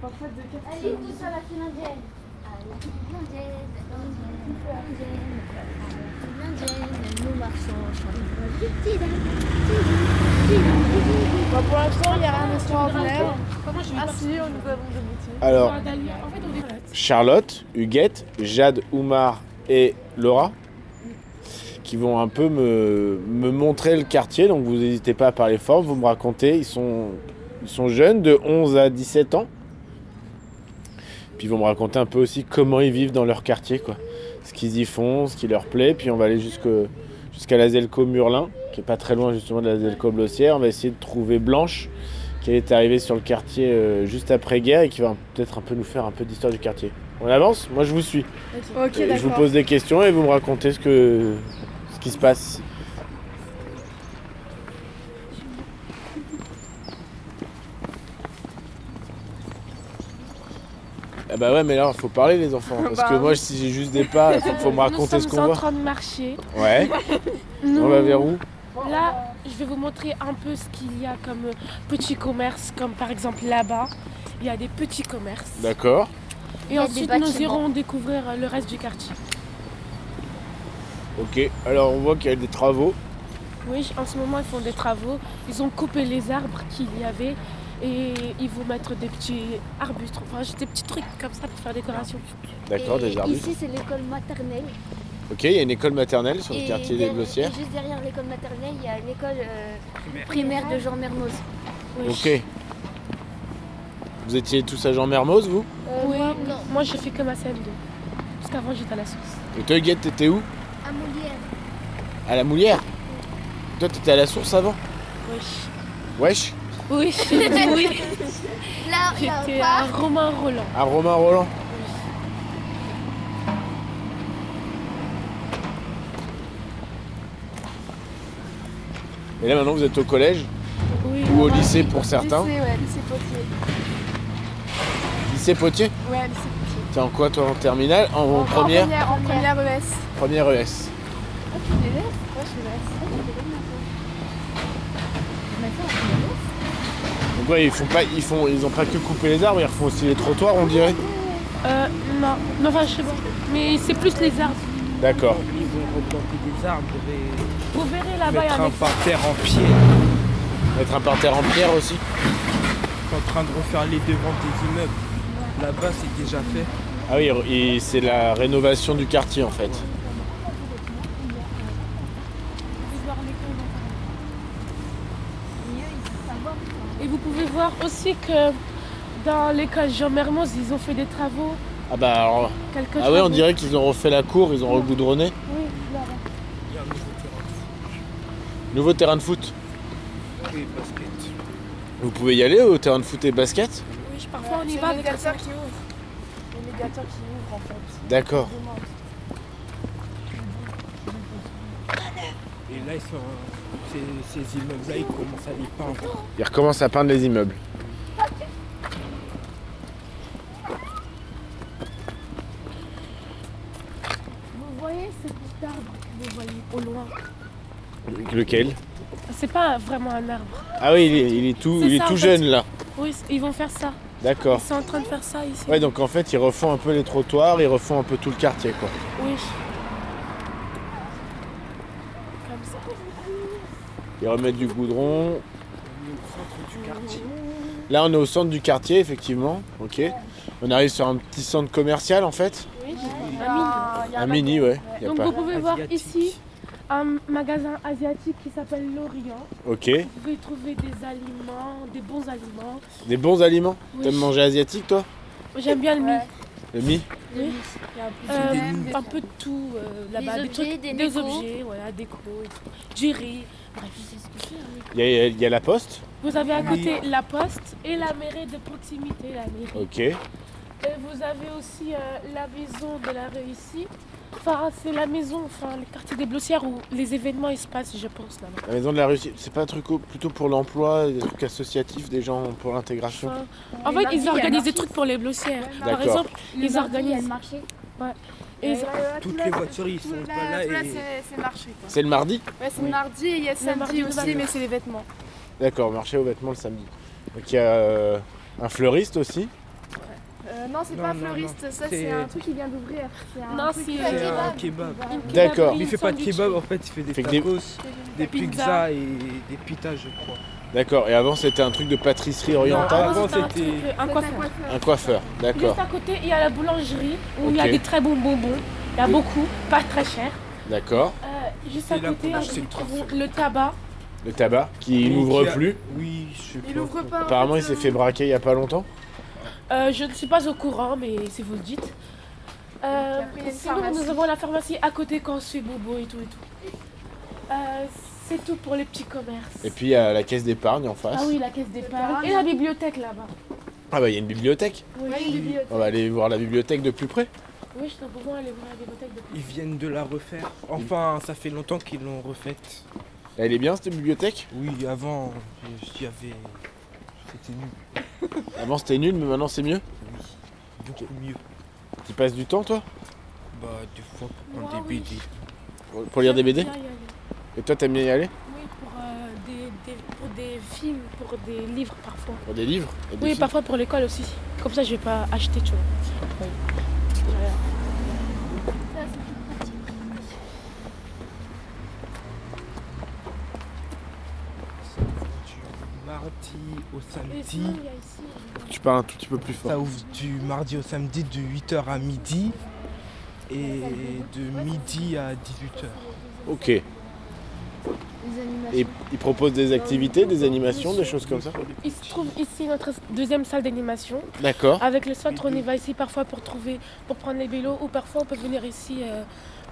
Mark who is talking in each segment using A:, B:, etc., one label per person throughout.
A: Par faute de quatre
B: Allez,
A: secondes.
B: tous à la finlandienne. À la finlandienne, finlandienne, finlandienne, nous marchons,
A: Bah, pour l'instant, il n'y a rien d'extraordinaire.
C: Comment je vais
A: Ah si, on nous avons des boutiques.
D: Alors,
C: faire d'aller- En fait, on est
D: Charlotte, Huguette, Jade, Oumar et Laura qui vont un peu me, me montrer le quartier. Donc vous n'hésitez pas à parler fort, vous me racontez. Ils sont, ils sont jeunes, de 11 à 17 ans. Puis ils vont me raconter un peu aussi comment ils vivent dans leur quartier, quoi. Ce qu'ils y font, ce qui leur plaît. Puis on va aller jusque- jusqu'à la Zelco Murlin, qui est pas très loin justement de la Zelco Blossière. On va essayer de trouver Blanche, qui est arrivée sur le quartier euh, juste après-guerre et qui va peut-être un peu nous faire un peu d'histoire du quartier. On avance Moi je vous suis.
A: Ok,
D: Et je vous
A: d'accord.
D: pose des questions et vous me racontez ce, que, ce qui se passe. Ah bah ouais mais là faut parler les enfants parce
A: Bah
D: que moi
A: oui.
D: si j'ai juste des pas faut, faut me raconter ce qu'on
C: Nous sommes en
D: voit.
C: train de marcher.
D: Ouais. On va vers où
C: Là, je vais vous montrer un peu ce qu'il y a comme euh, petits commerces, comme par exemple là-bas. Il y a des petits commerces.
D: D'accord.
B: y
C: Et
B: a des
C: ensuite,
B: bâtiments.
C: nous irons découvrir euh, le reste du quartier.
D: Ok. Alors on voit qu'il y a des travaux.
C: Oui, en ce moment, ils font des travaux. Ils ont coupé les arbres qu'il y avait et ils vont mettre des petits arbustes, enfin, des petits trucs comme ça pour faire décoration.
D: D'accord des arbustes.
B: Ici, c'est l'école maternelle.
D: Ok il y a une école maternelle sur le
B: Et
D: quartier des
B: derrière-
D: Glossières.
B: et Juste derrière l'école maternelle, il y a l'école euh, primaire de Jean Mermoz.
C: Oui.
D: Ok. Vous étiez tous à Jean Mermoz vous
B: Euh,
C: Oui,
B: moi,
C: non. Moi, j'ai fait que ma CM2. Parce qu'avant, j'étais à la source.
D: Et toi Huguette t'étais où
B: À Molière.
D: À la moulière Toi, t'étais à la source avant
C: Oui.
D: Wesh
C: Oui, oui.
B: Là, là,
C: J'étais
B: pas.
C: à Romain Roland.
D: À Romain Roland Et là, maintenant, vous êtes au collège
C: Oui.
D: ou au lycée pour certains
A: Lycée, ouais, lycée Potier.
D: Lycée Potier
A: Ouais, lycée Potier.
D: T'es en quoi, toi, en terminale En,
A: En- en
D: première
A: En première E ES.
D: Première E ES.
A: Ah, tu les laisses Ouais, je les laisse.
D: Donc, ouais, ils font pas, ils font, ils ont pas que coupé les arbres, ils refont aussi les trottoirs, on dirait.
C: Euh, non. Non, enfin, je sais pas. Mais c'est plus les arbres.
D: D'accord.
E: Ils ont replanté des arbres, des...
C: Vous verrez là-bas, il y
E: mettre
C: a un
E: un
C: exemple.
E: parterre en pied,
D: Mettre un parterre en pierre aussi.
E: en train de refaire les devants des immeubles. Là-bas, c'est déjà fait.
D: Ah oui, et c'est la rénovation du quartier en fait.
C: Et vous pouvez voir aussi que dans l'école Jean Mermoz, ils ont fait des travaux.
D: Ah bah alors,
C: Quelque
D: ah ouais, on dirait qu'ils ont refait la cour, ils ont regoudronné.
C: Oui, là-bas.
E: Il y a un nouveau terrain.
D: Nouveau terrain de foot.
E: Oui, basket.
D: Vous pouvez y aller au terrain de foot et basket
C: Oui, parfois on y
A: C'est
C: va
A: le
C: avec
A: médiateur qui ouvre. Le médiateur qui ouvre, en fait.
D: D'accord.
E: Et là, ils sont... ces, ces immeubles-là, ils commencent à les peindre.
D: Ils recommencent à peindre les immeubles.
C: Vous voyez ce petit arbre que vous voyez au loin
D: Lequel
C: C'est pas vraiment un arbre.
D: Ah oui, il est, il est tout,
C: C'est
D: il est
C: ça,
D: tout
C: en fait.
D: jeune là.
C: Oui, c- ils vont faire ça. Ils
D: D'accord.
C: sont en train de faire ça ici.
D: Ouais, donc en fait, ils refont un peu les trottoirs, ils refont un peu tout le quartier quoi.
C: Oui. Comme ça.
D: Ils remettent du goudron.
E: On est au centre du quartier.
D: Là, on est au centre du quartier, effectivement. Ok. On arrive sur un petit centre commercial en fait.
C: Oui.
A: Il y
C: Un mini.
A: a- il y a
D: Un mini, ouais. Y a
C: Donc
D: pas.
C: vous pouvez voir
E: Asiatique.
C: ici un magasin asiatique qui s'appelle l'Orient.
D: Ok.
C: Vous pouvez trouver des aliments, des bons aliments.
D: Des bons aliments.
C: Oui.
D: T'aimes manger asiatique toi
C: J'aime bien le mi.
A: Ouais.
D: Le mi
C: Euh,
A: Des- des-
C: un peu de tout euh, là-bas.
B: Des objets, des décos.
C: objets, voilà, déco, et tout. du riz. Bref.
D: Il y, a- il y a la poste.
C: Vous avez à
E: Oui.
C: côté la poste et la mairie de proximité, la mairie.
D: Ok.
C: Et vous avez aussi euh, la maison de la réussite. Enfin, c'est la maison, enfin, le quartier des Blossières où les événements ils se passent, je pense, là-bas.
D: La maison de la réussite, c'est pas un truc au- plutôt pour l'emploi, des trucs associatifs, des gens pour l'intégration.
C: Enfin, en fait, ils organisent des trucs pour les Blossières. Par
D: D'accord.
C: exemple, ils
B: Il y a le
C: organisent.
B: marché.
C: et ils-
E: Toutes les voitures, ils sont pas là
A: Là,
E: et...
A: c'est c'est marché, quoi.
D: C'est le mardi
A: Ouais, c'est
D: Oui.
A: mardi et il y a samedi
C: mardi,
A: aussi,
C: mardi.
A: mais c'est les vêtements.
D: D'accord, marché aux vêtements le samedi. Donc il y a euh, un fleuriste aussi.
A: Euh, non, c'est
E: Non,
A: pas
E: non,
A: fleuriste, ça
E: C'est-
A: c'est un truc qui vient d'ouvrir. C'est un
C: Non,
A: truc,
C: c'est-
A: euh,
E: C'est
B: kebab.
E: un kebab.
A: kebab.
C: Une
D: D'accord.
C: kebab,
E: Il
C: une
E: fait pas de
C: sandwich.
E: kebab, en fait, il fait des
D: Fait que des-
E: tacos, des
C: Pizza.
E: pizzas et des pitas, je crois.
D: D'accord. Et avant, c'était un truc de pâtisserie
C: Non,
D: orientale
C: Ah, avant, c'était un
E: c'était-
C: truc, un
A: c'est
C: coiffeur.
D: Ah, Un coiffeur. D'accord.
C: Juste à côté, il y a la boulangerie où il y a
D: Ok.
C: des très bons bonbons. Il y a beaucoup, pas très cher.
D: D'accord.
C: Euh, juste à
E: Et la
C: côté,
E: boulangerie, c'est
C: nous
E: le
C: trouvons
E: transfert.
C: le tabac.
D: Le tabac qui
E: Mais
D: n'ouvre
E: qui a-
D: plus.
E: Oui, je sais pas.
A: Il ouvre pas. en
D: Apparemment,
A: fait,
D: il s'est
A: euh,
D: fait braquer il y a pas longtemps.
C: Euh, je ne suis pas au courant, mais si vous le dites. Euh,
A: Et après, il y a une
C: sinon,
A: pharmacie.
C: nous avons la pharmacie à côté quand on se fait bobo et tout et tout. Euh, c'est tout pour les petits commerces.
D: Et puis, il y a la caisse d'épargne en face.
C: ah oui, la caisse d'épargne
A: L'épargne.
C: et la bibliothèque là-bas.
D: Ah bah, il y a une bibliothèque.
C: Oui,
A: euh, ouais, une bibliothèque.
D: On va aller voir la bibliothèque de plus près.
C: oui, nous pouvons aller voir la bibliothèque. de-
E: Ils viennent de la refaire. Enfin, ça fait longtemps qu'ils l'ont refaite.
D: Elle est bien cette bibliothèque
E: Oui, avant, euh, j'y avais. C'était nul.
D: Avant c'était nul, mais maintenant c'est mieux.
E: Beaucoup mieux.
D: Tu passes du temps toi
E: Bah, des fois, pour prendre
C: Moi,
E: des
C: oui.
E: BD.
D: pour- Pour lire des BD
C: Bien, bien, bien.
D: Et toi t'aimes bien y aller
C: Oui, pour, euh, des, des- pour des films, pour des livres parfois.
D: Pour des livres et des
C: Oui,
D: films
C: parfois pour l'école aussi. Comme ça, je vais pas acheter, tu vois. Oui. Voilà.
E: Du mardi au
C: Et
E: samedi.
C: sinon, il y a ici, euh,
D: Tu parles un tout petit peu plus fort.
E: Ça ouvre du mardi au samedi de 8h à midi et de midi à 18h.
D: Ok. Et
A: Les animations.
D: ils proposent des activités, des animations, des choses comme ça
C: Il se trouve ici notre deuxième salle d'animation.
D: D'accord.
C: Avec le centre, on y va ici parfois pour trouver, pour prendre les vélos ou parfois on peut venir ici. euh,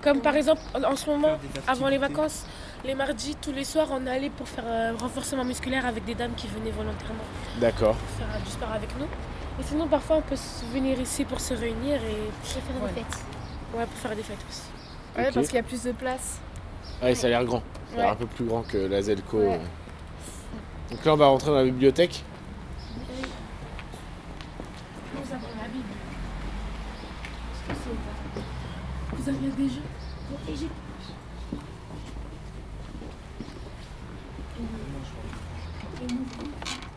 C: comme par exemple, en en ce moment, avant les vacances, les mardis, tous les soirs, on allait pour faire euh, renforcement musculaire avec des dames qui venaient volontairement
D: D'accord.
C: pour faire euh, du sport avec nous. Et sinon, parfois, on peut se- venir ici pour se réunir et
B: Je vais faire
C: Ouais.
B: des fêtes.
C: ouais, pour faire des fêtes aussi.
A: Ouais,
D: Ok.
A: parce qu'il y a plus de place.
D: Ouais, ça a l'air grand. Ça a l'air
A: Ouais.
D: un peu plus grand que la Zelco.
A: Ouais.
D: euh. Donc là on va rentrer dans la bibliothèque.
C: Nous avons la Bible. Qu'est-ce que c'est Vous avez des jeux L'Égypte.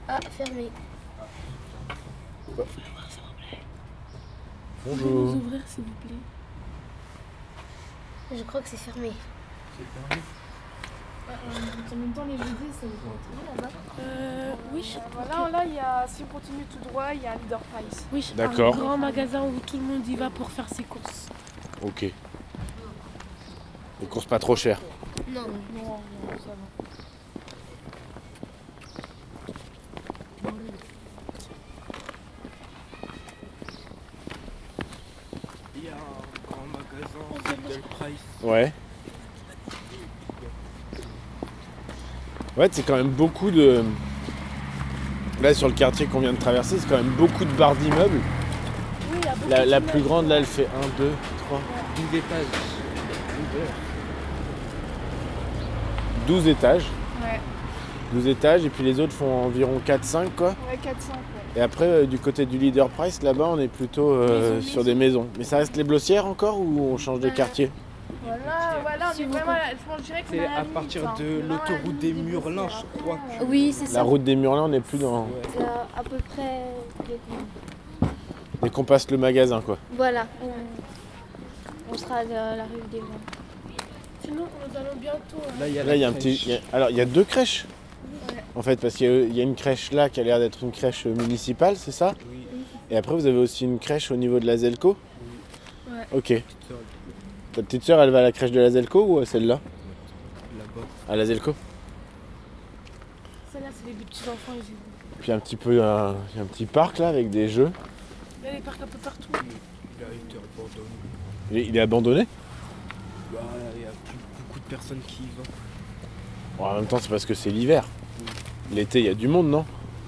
B: Ah, fermé.
C: Vous pouvez nous
D: Bonjour.
C: ouvrir, s'il vous plaît.
B: Je crois que c'est fermé.
A: En même temps, les jeudis, c'est là-bas.
C: Euh, oui, je-
A: Voilà, là, il y a, si on continue tout droit, il y a Leader Price.
C: oui, je-
D: D'accord.
C: un grand magasin où tout le monde y va pour faire ses courses.
D: Ok. Des courses pas trop chères.
B: Non.
A: Non, non, ça va.
E: Il y a un grand magasin, Little Price.
D: Ouais. Ouais, c'est quand même beaucoup de. Là, sur le quartier qu'on vient de traverser, c'est quand même beaucoup de barres d'immeubles.
C: Oui, il y a beaucoup
D: La,
C: de
D: la
C: choses.
D: plus grande, là, elle fait 1, 2, 3,
E: Une des pages.
D: 12 étages.
A: Ouais,
D: 12 étages, et puis les autres font environ 4, 5, quoi.
A: ouais, 400. Ouais.
D: Et après, euh, du côté du Leader Price, là-bas, on est plutôt euh,
B: Maison, Euh,
D: sur des maisons. Mais ça reste les blossières encore ou on change de quartier
A: Voilà, voilà, on est vraiment là. Je pense, je dirais qu'on est
E: C'est
A: la
E: à
A: limite,
E: partir
A: hein.
E: de
A: Vraiment à la
E: l'autoroute
A: limite
E: des
A: Bruxelles.
E: Murlins, je crois que.
B: Oui, c'est ça.
D: La route des Murlins, on n'est plus dans.
E: Ouais.
B: C'est à, à peu près. les-
D: Dès qu'on passe le magasin, quoi.
B: Voilà. On sera à la, la rue des gens.
C: Sinon, nous allons bientôt. euh,
E: Là, il y a,
D: Là,
E: la
D: il y a un
E: crèche.
D: petit. il y a- Alors, il y a deux crèches. En fait, parce qu'il y a- il y a une crèche là qui a l'air d'être une crèche euh, municipale, c'est ça
E: Oui,
D: Et après, vous avez aussi une crèche au niveau de la Zelco
A: Ouais.
D: Ok.
E: petite sœur
D: Ta petite sœur, elle va à la crèche de la Zelco ou à celle-là
E: là-bas.
D: À la Zelco
C: Celle-là, c'est des petits enfants. Ils...
D: Puis un petit peu, un- il y a un petit parc là avec des jeux.
C: Il y a des parcs un peu partout.
E: Il a été abandonné.
D: Il est, il est abandonné
E: Bah, il y a plus beaucoup de personnes qui y vont.
D: Bon, En même temps, c'est parce que c'est l'hiver. L'été, il y a du monde, non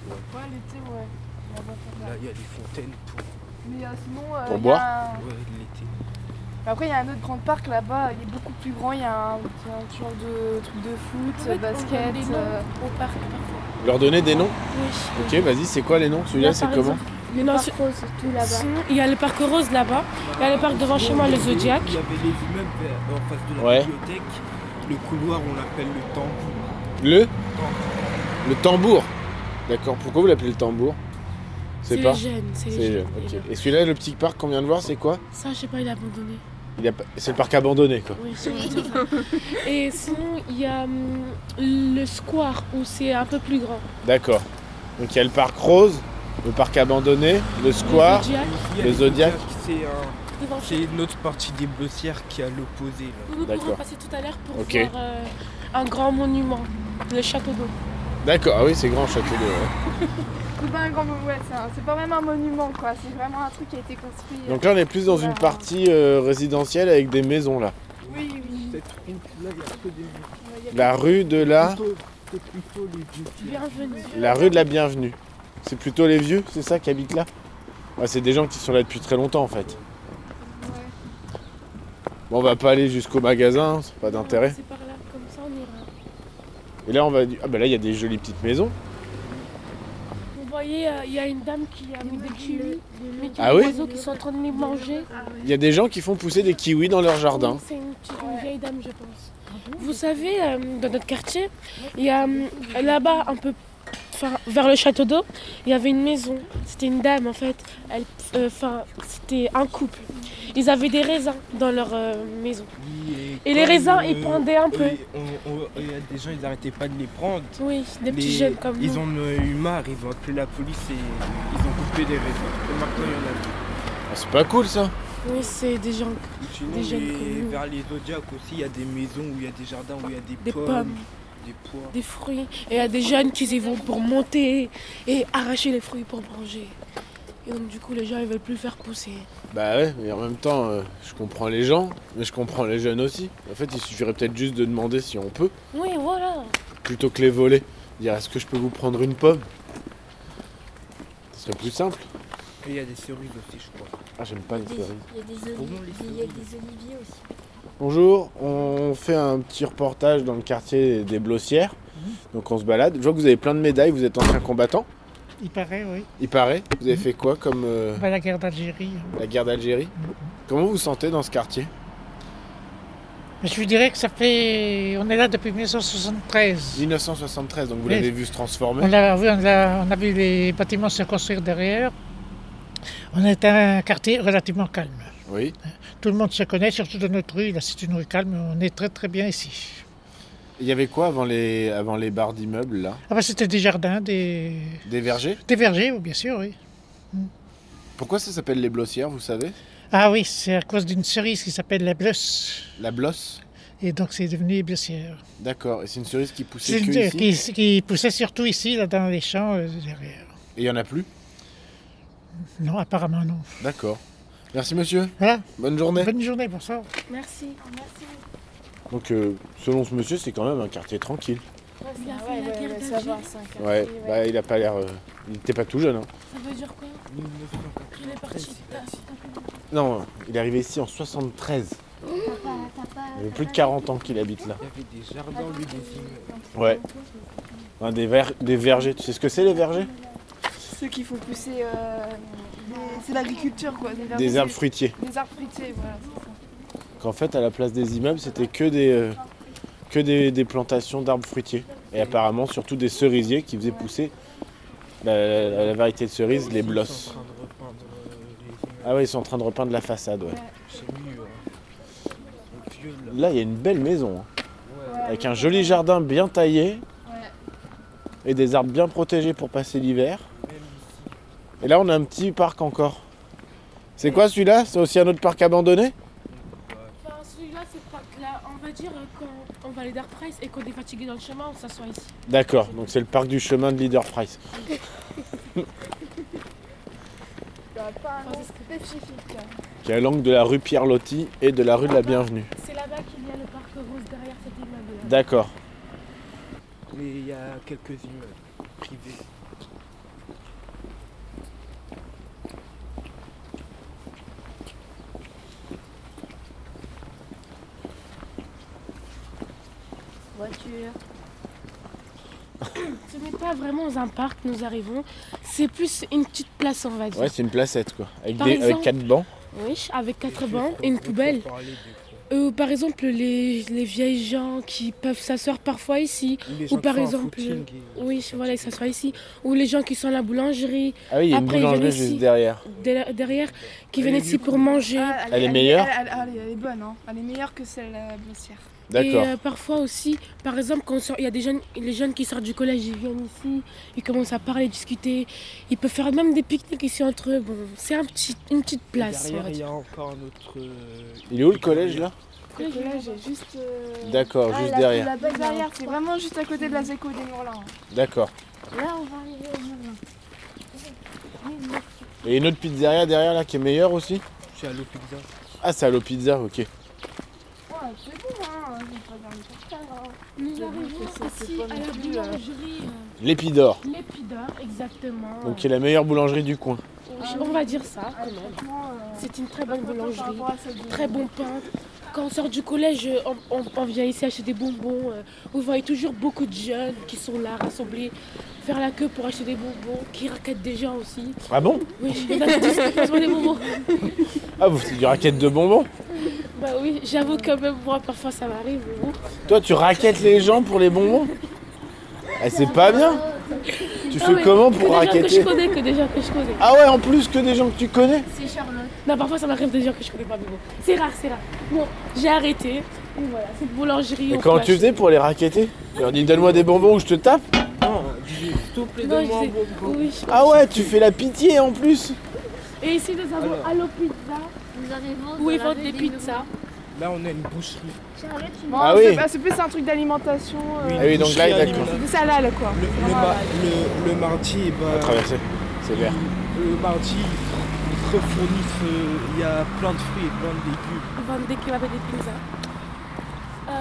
A: Ouais, l'été, ouais. On va pas faire
E: Là,
A: ça.
E: il y a les fontaines pour
A: Mais euh, sinon. euh,
D: Pour
A: il y a
D: boire
A: un-
E: ouais, l'été.
A: Après, il y a un autre grand parc là-bas, il est beaucoup plus grand. Il y a un, il y a un genre de truc de foot,
C: En fait, on donne
A: basket.
C: des noms
A: euh,
C: Au parc parfois.
D: Leur donner des noms
C: Oui.
D: Ok, vas-y, c'est quoi les noms Celui-là, c'est comment
C: Mais non, sur-
B: c'est tout là-bas.
C: sinon, il y a le parc rose là-bas. Il y a le parc devant chez moi, le Zodiac.
E: Il y avait les immeubles euh, en face de la
D: Ouais.
E: bibliothèque. Le couloir, on l'appelle le temple.
D: Le Le tambour. D'accord, pourquoi vous l'appelez le tambour
C: C'est
D: C'est
C: les
D: pas
C: jeunes. C'est
D: C'est
C: les jeunes.
D: ok.
C: les gars.
D: Et celui-là, le petit parc qu'on vient de voir, c'est quoi
C: Ça, je sais pas, il a abandonné.
D: Il a pas- C'est le parc abandonné, quoi.
C: Oui, c'est vrai, c'est ça. Et sinon, il y a hum, le square où c'est un peu plus grand.
D: D'accord. Donc il y a le parc rose, le parc abandonné, le square.
C: Le Zodiac.
E: aussi, il y a
D: Le
E: les
D: Zodiac.
E: Zodiacs, C'est un-
C: Devant
E: c'est une autre partie des Blossières qui a l'opposé. là.
C: Nous, nous pourrons
D: D'accord.
C: passer tout à l'heure pour
D: Ok.
C: voir euh, un grand monument, le château d'eau.
D: D'accord, ah oui, c'est grand château d'eau. ouais.
A: C'est pas un grand monument, ouais, c'est un- c'est pas même un monument quoi, c'est vraiment un truc qui a été construit. euh.
D: Donc là, on est plus dans une partie euh, résidentielle avec des maisons, là.
A: Oui, oui.
E: Cette route-là, il y a que des vieux.
D: La rue de la...
E: Plutôt- C'est plutôt les vieux qui-
C: Bienvenue.
D: La rue de la bienvenue. C'est plutôt les vieux, c'est ça, qui habitent là Ouais, C'est des gens qui sont là depuis très longtemps, en fait. Bon, on va pas aller jusqu'au magasin, c'est pas d'intérêt.
C: C'est par là, comme ça on ira.
D: Et là, on va... Ah bah là, il y a des jolies petites maisons.
C: Vous voyez, euh, il y a une dame qui a mis des kiwis, mais qui
D: Ah
C: ont
D: oui
C: des oiseaux qui sont en train de les manger.
D: Il y a des gens qui font pousser des kiwis dans leur jardin.
C: Oui, C'est une, petite- une vieille dame, je pense. Vous savez, euh, dans notre quartier, il y a euh, là-bas, un peu enfin, vers le château d'eau, il y avait une maison. C'était une dame, en fait. Elle, euh, enfin, c'était un couple. Ils avaient des raisins dans leur euh, maison.
E: Oui,
C: Et les
E: comme,
C: raisins,
E: euh,
C: ils pendaient un peu.
E: et on- on- et Il y a des gens, ils n'arrêtaient pas de les prendre.
C: Oui, des petits
E: Les-
C: jeunes comme
E: Ils
C: nous.
E: en ont eu marre, ils ont appelé la police et ils ont coupé des raisins. Et maintenant, il y en a plus.
D: Ah, c'est pas cool, ça
C: Oui, c'est des gens,
E: Sinon,
C: Des jeunes
E: les-
C: comme nous.
E: vers les Zodiacs aussi, il y a des maisons où il y a des jardins, où il y a des,
C: des
E: pommes,
C: pommes,
E: des poires.
C: des fruits. Et il y a des jeunes qui y vont pour monter et arracher les fruits pour manger. Et donc, du coup, les gens, ils veulent plus faire pousser.
D: Bah ouais, mais en même temps, euh, je comprends les gens, mais je comprends les jeunes aussi. En fait, il suffirait peut-être juste de demander si on peut,
C: Oui, voilà.
D: plutôt que les voler. Dire est-ce que je peux vous prendre une pomme Ce serait plus simple.
E: Et il y a des cerises aussi, je crois.
D: Ah, j'aime pas les
B: Des-
D: cerises.
B: Il y a des
E: Comment
B: oliviers,
E: les
B: il y a des oliviers aussi.
D: Bonjour, on fait un petit reportage dans le quartier des Blossières.
F: Mhm.
D: Donc on se balade. Je vois que vous avez plein de médailles, vous êtes ancien combattant,
F: Il paraît, oui.
D: il paraît. Vous
F: Mhm.
D: avez fait quoi comme euh,
F: Bah, la guerre d'Algérie.
D: la guerre d'Algérie
F: Mhm.
D: Comment vous vous sentez dans ce quartier
F: Mais je vous dirais que ça fait. On est là depuis 1973.
D: 1973, donc vous
F: Oui.
D: l'avez vu se transformer.
F: On a, vu, on, l'a- on a vu les bâtiments se construire derrière. On est un quartier relativement calme.
D: Oui.
F: Tout le monde se connaît, surtout dans notre rue. Là, c'est une rue calme. On est très, très bien ici.
D: Il y avait quoi avant les, avant les barres d'immeubles là
F: Ah, bah, c'était des jardins, des,
D: Des vergers
F: des vergers, oui, bien sûr, oui.
D: Pourquoi ça s'appelle les blossières, vous savez
F: Ah oui, c'est à cause d'une cerise qui s'appelle la blosse.
D: La blosse
F: Et donc, c'est devenu blessière.
D: D'accord, et c'est une cerise qui poussait
F: C'est
D: que
F: une-
D: ici
F: qui, qui poussait surtout ici, là, dans les champs, euh, derrière.
D: Et il n'y en a plus
F: Non, apparemment, non.
D: D'accord. Merci monsieur,
F: Voilà.
D: bonne journée.
F: Bonne journée, bonsoir.
C: Merci.
D: Donc euh, selon ce monsieur, c'est quand même un quartier tranquille.
C: Il a fait
A: Ouais,
C: la
A: ouais,
C: guerre
A: ouais, ça
C: d'Algérie.
A: va, c'est un quartier,
D: Ouais, bah il a pas l'air... euh, Il était pas tout jeune. Hein.
C: Ça veut dire quoi Il est parti.
D: Non, euh, il est arrivé ici en 73.
B: T'as pas- t'as pas-
D: Il y a
B: t'as
D: plus de
B: pas-
D: 40 ans qu'il habite là.
E: Il y avait des jardins, au lieu des immeubles.
D: Ouais. Hein, des, ver- des vergers, tu sais ce que c'est les vergers bah,
A: Ceux qui font pousser. euh, des- C'est l'agriculture quoi.
D: Des
A: vergers,
D: arbres fruitiers.
A: Des arbres fruitiers, voilà. c'est ça.
D: Qu'en fait à la place des immeubles, c'était que des... euh, que des, des plantations d'arbres fruitiers. Et apparemment surtout des cerisiers qui faisaient pousser la, la- la variété de cerises, les
E: Ils sont en
D: blosses.
E: train de repeindre, euh, les immeubles.
D: Ah ouais, ils sont en train de repeindre la façade, ouais.
E: Chez lui, euh, le vieux, là.
D: Là, il y a une belle maison, hein,
E: Ouais.
D: avec un joli jardin bien taillé et des arbres bien protégés pour passer l'hiver. Et là, on a un petit parc encore. C'est quoi celui-là C'est aussi un autre parc abandonné
C: Enfin, Bah, celui-là, c'est pas là. On va dire euh, quand on va aller Dark Price et qu'on est fatigué dans le chemin, on s'assoit ici.
D: D'accord, donc c'est le parc du chemin de Leader Price.
A: Il y aura pas un nom spécifique.
D: Qui est à l'angle de la rue Pierre Lotti et de la rue de la Bienvenue.
C: C'est là-bas qu'il y a le parc rose derrière cet immeuble.
D: D'accord.
E: Mais il y a quelques immeubles privés.
B: Voiture.
C: Ce n'est pas vraiment un parc, nous arrivons. C'est plus une petite place, on va dire.
D: Ouais, c'est une placette quoi, avec,
C: Par
D: des, avec
C: exemple-
D: quatre bancs.
C: Oui, avec quatre
E: Des
C: bancs
E: trucs
C: et une
E: qu'on peut
C: poubelle.
E: parler des fois.
C: Euh, par exemple, les, les vieilles gens qui peuvent s'asseoir parfois ici.
E: Les gens
C: par
E: qui font un
C: exemple,
E: footing et-
C: Oui, voilà, ils s'assoient ici. Ou les gens qui sont à la boulangerie
D: Ah oui, il y a une
C: Après, ils viennent
D: boulangerie
C: ici.
D: juste derrière.
C: de- derrière, qui
E: Elle
C: viennent
E: est
C: ici
E: mieux
C: pour
E: que-
C: manger.
A: Ah,
D: Elle est meilleure
A: elle, elle- elle- elle est bonne, hein. elle est meilleure que celle euh, bossière.
D: D'accord.
C: Et euh, parfois aussi, par exemple, quand on sort- il y a des jeunes, les jeunes qui sortent du collège, ils viennent ici, ils commencent à parler, discuter. Ils peuvent faire même des pique-niques ici entre eux. Bon, c'est un petit, une petite
E: Et
C: place. on
E: derrière,
C: va
E: il y
C: dire.
E: a encore un autre. euh,
D: Il est où le collège là
A: Le collège est juste. euh,
D: D'accord,
B: Ah,
D: juste
B: là,
D: derrière.
A: Là-bas derrière, c'est vraiment juste à côté de la Zéco des Mourlins. hein.
D: D'accord.
B: Là, on va arriver au moment.
D: Et une autre pizzeria derrière là qui est meilleure aussi
E: C'est Allo Pizza.
D: Ah, c'est Allo Pizza, ok.
A: Ouais, c'est bon, hein. je vais pas dire le contraire, hein.
C: Nous
A: Je
C: arrivons
A: pense que c'est
C: ici
A: pas
C: à
A: non
C: la
A: plus, euh,
C: boulangerie
D: L'Épidore,
C: euh, L'Épidore, exactement.
D: donc qui est la meilleure boulangerie du coin.
C: Je- On va dire ça,
A: Ah,
C: quand même.
A: franchement, euh,
C: C'est une très bonne
A: par
C: boulangerie,
A: rapport à celle de-
C: très bon pain. Quand on sort du collège, euh, on, on- on vient ici acheter des bonbons. euh, Vous voyez toujours beaucoup de jeunes qui sont là, rassemblés, faire la queue pour acheter des bonbons, qui raquettent des gens aussi.
D: Ah bon
C: Oui, il y en a qui disent qu'ils ont des bonbons.
D: Ah, vous faites du racket de bonbons
C: Bah oui, j'avoue quand même, moi parfois ça m'arrive. mais bon.
D: Toi, tu raquettes les gens pour les bonbons Ah, c'est pas bien Tu
C: Non,
D: fais
C: mais
D: comment
C: Ah
D: pour
C: Que des gens que je
D: raqueter
C: connais, que des gens que je connais.
D: Ah ouais, en plus que des gens que tu connais
A: C'est Charlotte.
C: Non, parfois ça m'arrive des gens que je connais pas, mais bon. C'est rare, c'est rare. Bon, j'ai arrêté. Et voilà, cette boulangerie.
D: Et
C: on
D: comment
C: peut
D: tu
C: acheter-
D: faisais pour les raqueter Tu leur dis donne-moi des bonbons ou je te tape
E: Non, dis s'il te plaît,
C: Non,
E: donne-moi un
C: je sais.
E: bonbon.
C: Oui. je-
D: Ah ouais, tu fais la pitié en plus
C: Et ici nous avons
E: Alors.
C: Allo Pizza,
B: Nous arrivons
C: où ils
B: dans la
C: vendent
B: rue
C: des pizzas.
E: Là, on a une boucherie.
B: Charlotte, tu
A: Bon,
D: Ah
A: c'est
D: oui.
A: pas- c'est plus un truc d'alimentation. euh,
D: Ah oui, donc là,
E: Boucherie
D: d'accord.
A: C'est
E: animale.
A: des salades quoi.
E: Le, le,
A: Voilà.
E: ma- le, le mardi, eh ben,
D: À traverser, c'est vert.
E: le mardi, ils se refournissent. euh, Il y a plein de fruits et plein de légumes.
C: Ils vendent des kebabs et des pizzas. Euh,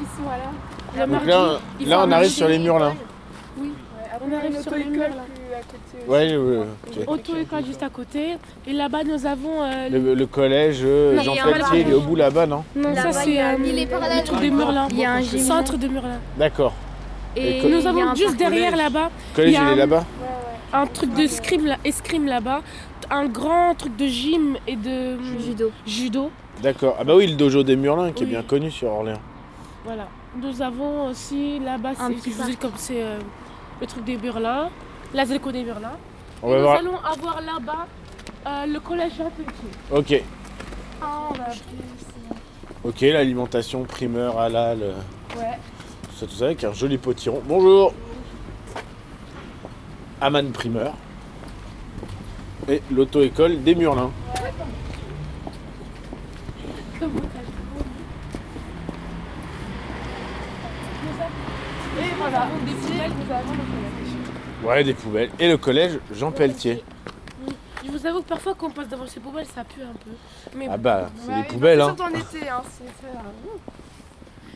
C: ils sont à là. Le
D: Donc
C: mardi,
D: là,
C: ils
D: là
C: font
D: on
C: un
D: arrive
C: marché.
D: sur les murs là.
A: Ouais, après,
C: On arrive
A: il y a une
C: sur les
A: auto-école
C: murs, là.
A: plus à côté aussi.
D: Ouais, euh, ok.
C: Auto-école juste à côté. Et là-bas nous avons. euh,
D: Le, le collège, euh,
B: Non,
D: Jean
B: il y a un
D: Pelletier, il est au bout là-bas, non
C: Non, ça
B: Là-bas, il
C: c'est
B: y a-
C: euh,
B: il est par là,
C: le truc
B: là.
C: de Merlin.
B: Il y a un
C: Le
B: gymnase.
C: centre de Merlin.
D: D'accord.
B: Et
D: Et
C: Nous
B: il y a un
C: avons juste
B: parc.
C: derrière là-bas
D: Le collège,
C: Il y a
D: il est
C: un-
D: là-bas
C: un truc de scrim, là- escrime là-bas, un grand truc de gym et de hum,
B: Judo.
C: judo.
D: D'accord. Ah bah oui, le dojo des Murlins, qui est
C: Oui.
D: bien connu sur Orléans.
C: Voilà. Nous avons aussi là-bas,
B: Un
C: c'est-
B: petit
C: je vous dis comme c'est euh, le truc des Berlins, la Zelco des Berlins.
D: On
C: Et
D: va
C: nous
D: voir.
C: allons avoir là-bas euh, le collège Jean Pelletier.
D: Ok.
A: Ah, on a plus.
D: Ok, l'alimentation, primeur, halal, euh,
A: Ouais.
D: tout ça, tout ça, avec un joli potiron. Bonjour Aman Primeur. Et l'auto-école des Murlins.
C: Comme vous savez.
A: Et voilà. Des poubelles, nous avons le collège.
D: Ouais, des poubelles. Et le collège Jean Pelletier.
C: Je vous avoue que parfois quand on passe devant ces poubelles, ça pue un peu. Mais
D: Ah
C: bon.
D: bah, c'est
A: Ouais,
D: des poubelles, hein.
A: Surtout en été, hein. c'est- c'est-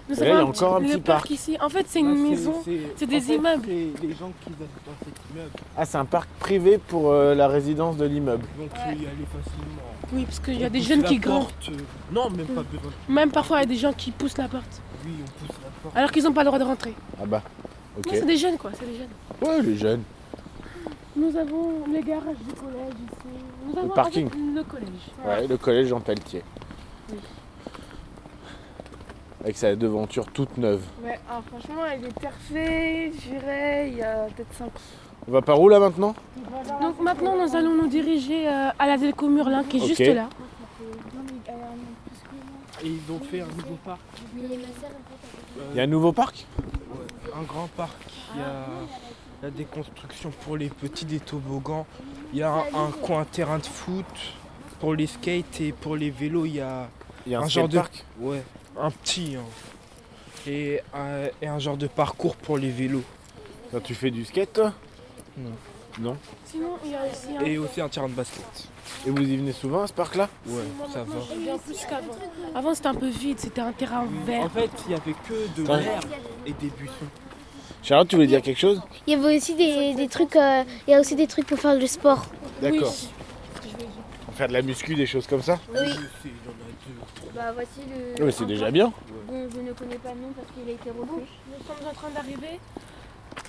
C: Nous
D: Et là, il y a
C: avons
D: encore un
C: le
D: petit parc.
C: ici. En fait, Ah, c'est une
E: Là,
C: maison. c'est
E: Ah, en
C: des
E: fait,
C: immeubles.
E: C'est les gens qui habitent dans cet immeuble.
D: Ah, c'est un parc privé pour euh, la résidence de l'immeuble.
E: Ils vont
A: Ouais.
E: y aller facilement.
C: Oui, parce qu'il y a
E: On
C: des
E: pousse
C: jeunes
E: la
C: qui grimpent.
E: porte, euh, Non, même pas besoin.
C: Même parfois, il y a des gens qui poussent la porte.
E: Oui, on pousse la porte.
C: Alors qu'ils n'ont pas le droit de rentrer.
D: Ah bah, ok.
C: Non, c'est des jeunes quoi, c'est des jeunes.
D: Ouais, les jeunes.
C: Nous avons les garages du collège ici. Nous avons
D: parking.
C: avec le collège.
D: Ouais, le collège Jean Pelletier.
C: Oui.
D: Avec sa devanture toute neuve.
A: Ouais, ah, franchement, elle est parfaite, j'irai il y a peut-être 5
D: On va par où là maintenant
C: Donc maintenant, nous allons nous diriger euh, à la Delco Murlin qui est
D: Ok.
C: juste là.
E: Et ils ont fait un nouveau parc.
B: Mais ma sœur,
E: euh,
D: Il y a un nouveau parc
E: ouais, un grand parc. Il y, a, il y a des constructions pour les petits, des toboggans. Il y a un, un coin terrain de foot pour les skates et pour les vélos. Il y a
D: Il y a
E: un,
D: un,
E: genre de
D: skatepark
E: ouais, un petit hein. et, un, et un genre de parcours pour les vélos.
D: Toi, tu fais du skate toi
C: Sinon, il y a aussi un.
E: Et aussi un terrain de basket.
D: Et vous y venez souvent à ce parc là
E: Ouais,
C: Moi,
E: ça
C: maintenant,
E: va.
C: je viens plus qu'avant. Avant, c'était un peu vide, c'était un terrain
E: En
C: vert.
E: fait, il y avait que de
D: Attends.
E: l'herbe et des buissons.
D: Charlotte, tu voulais dire quelque chose
B: Il y avait aussi des, des trucs, euh, il y a aussi des trucs pour faire du sport.
D: D'accord. Pour faire de la muscu, des choses comme ça
B: Oui.
E: C'est- il y en a deux.
B: Bah voici le.
D: Ah Oui, c'est déjà bien.
B: Dont je ne connais pas le nom parce qu'il a été refait.
C: Nous sommes en train d'arriver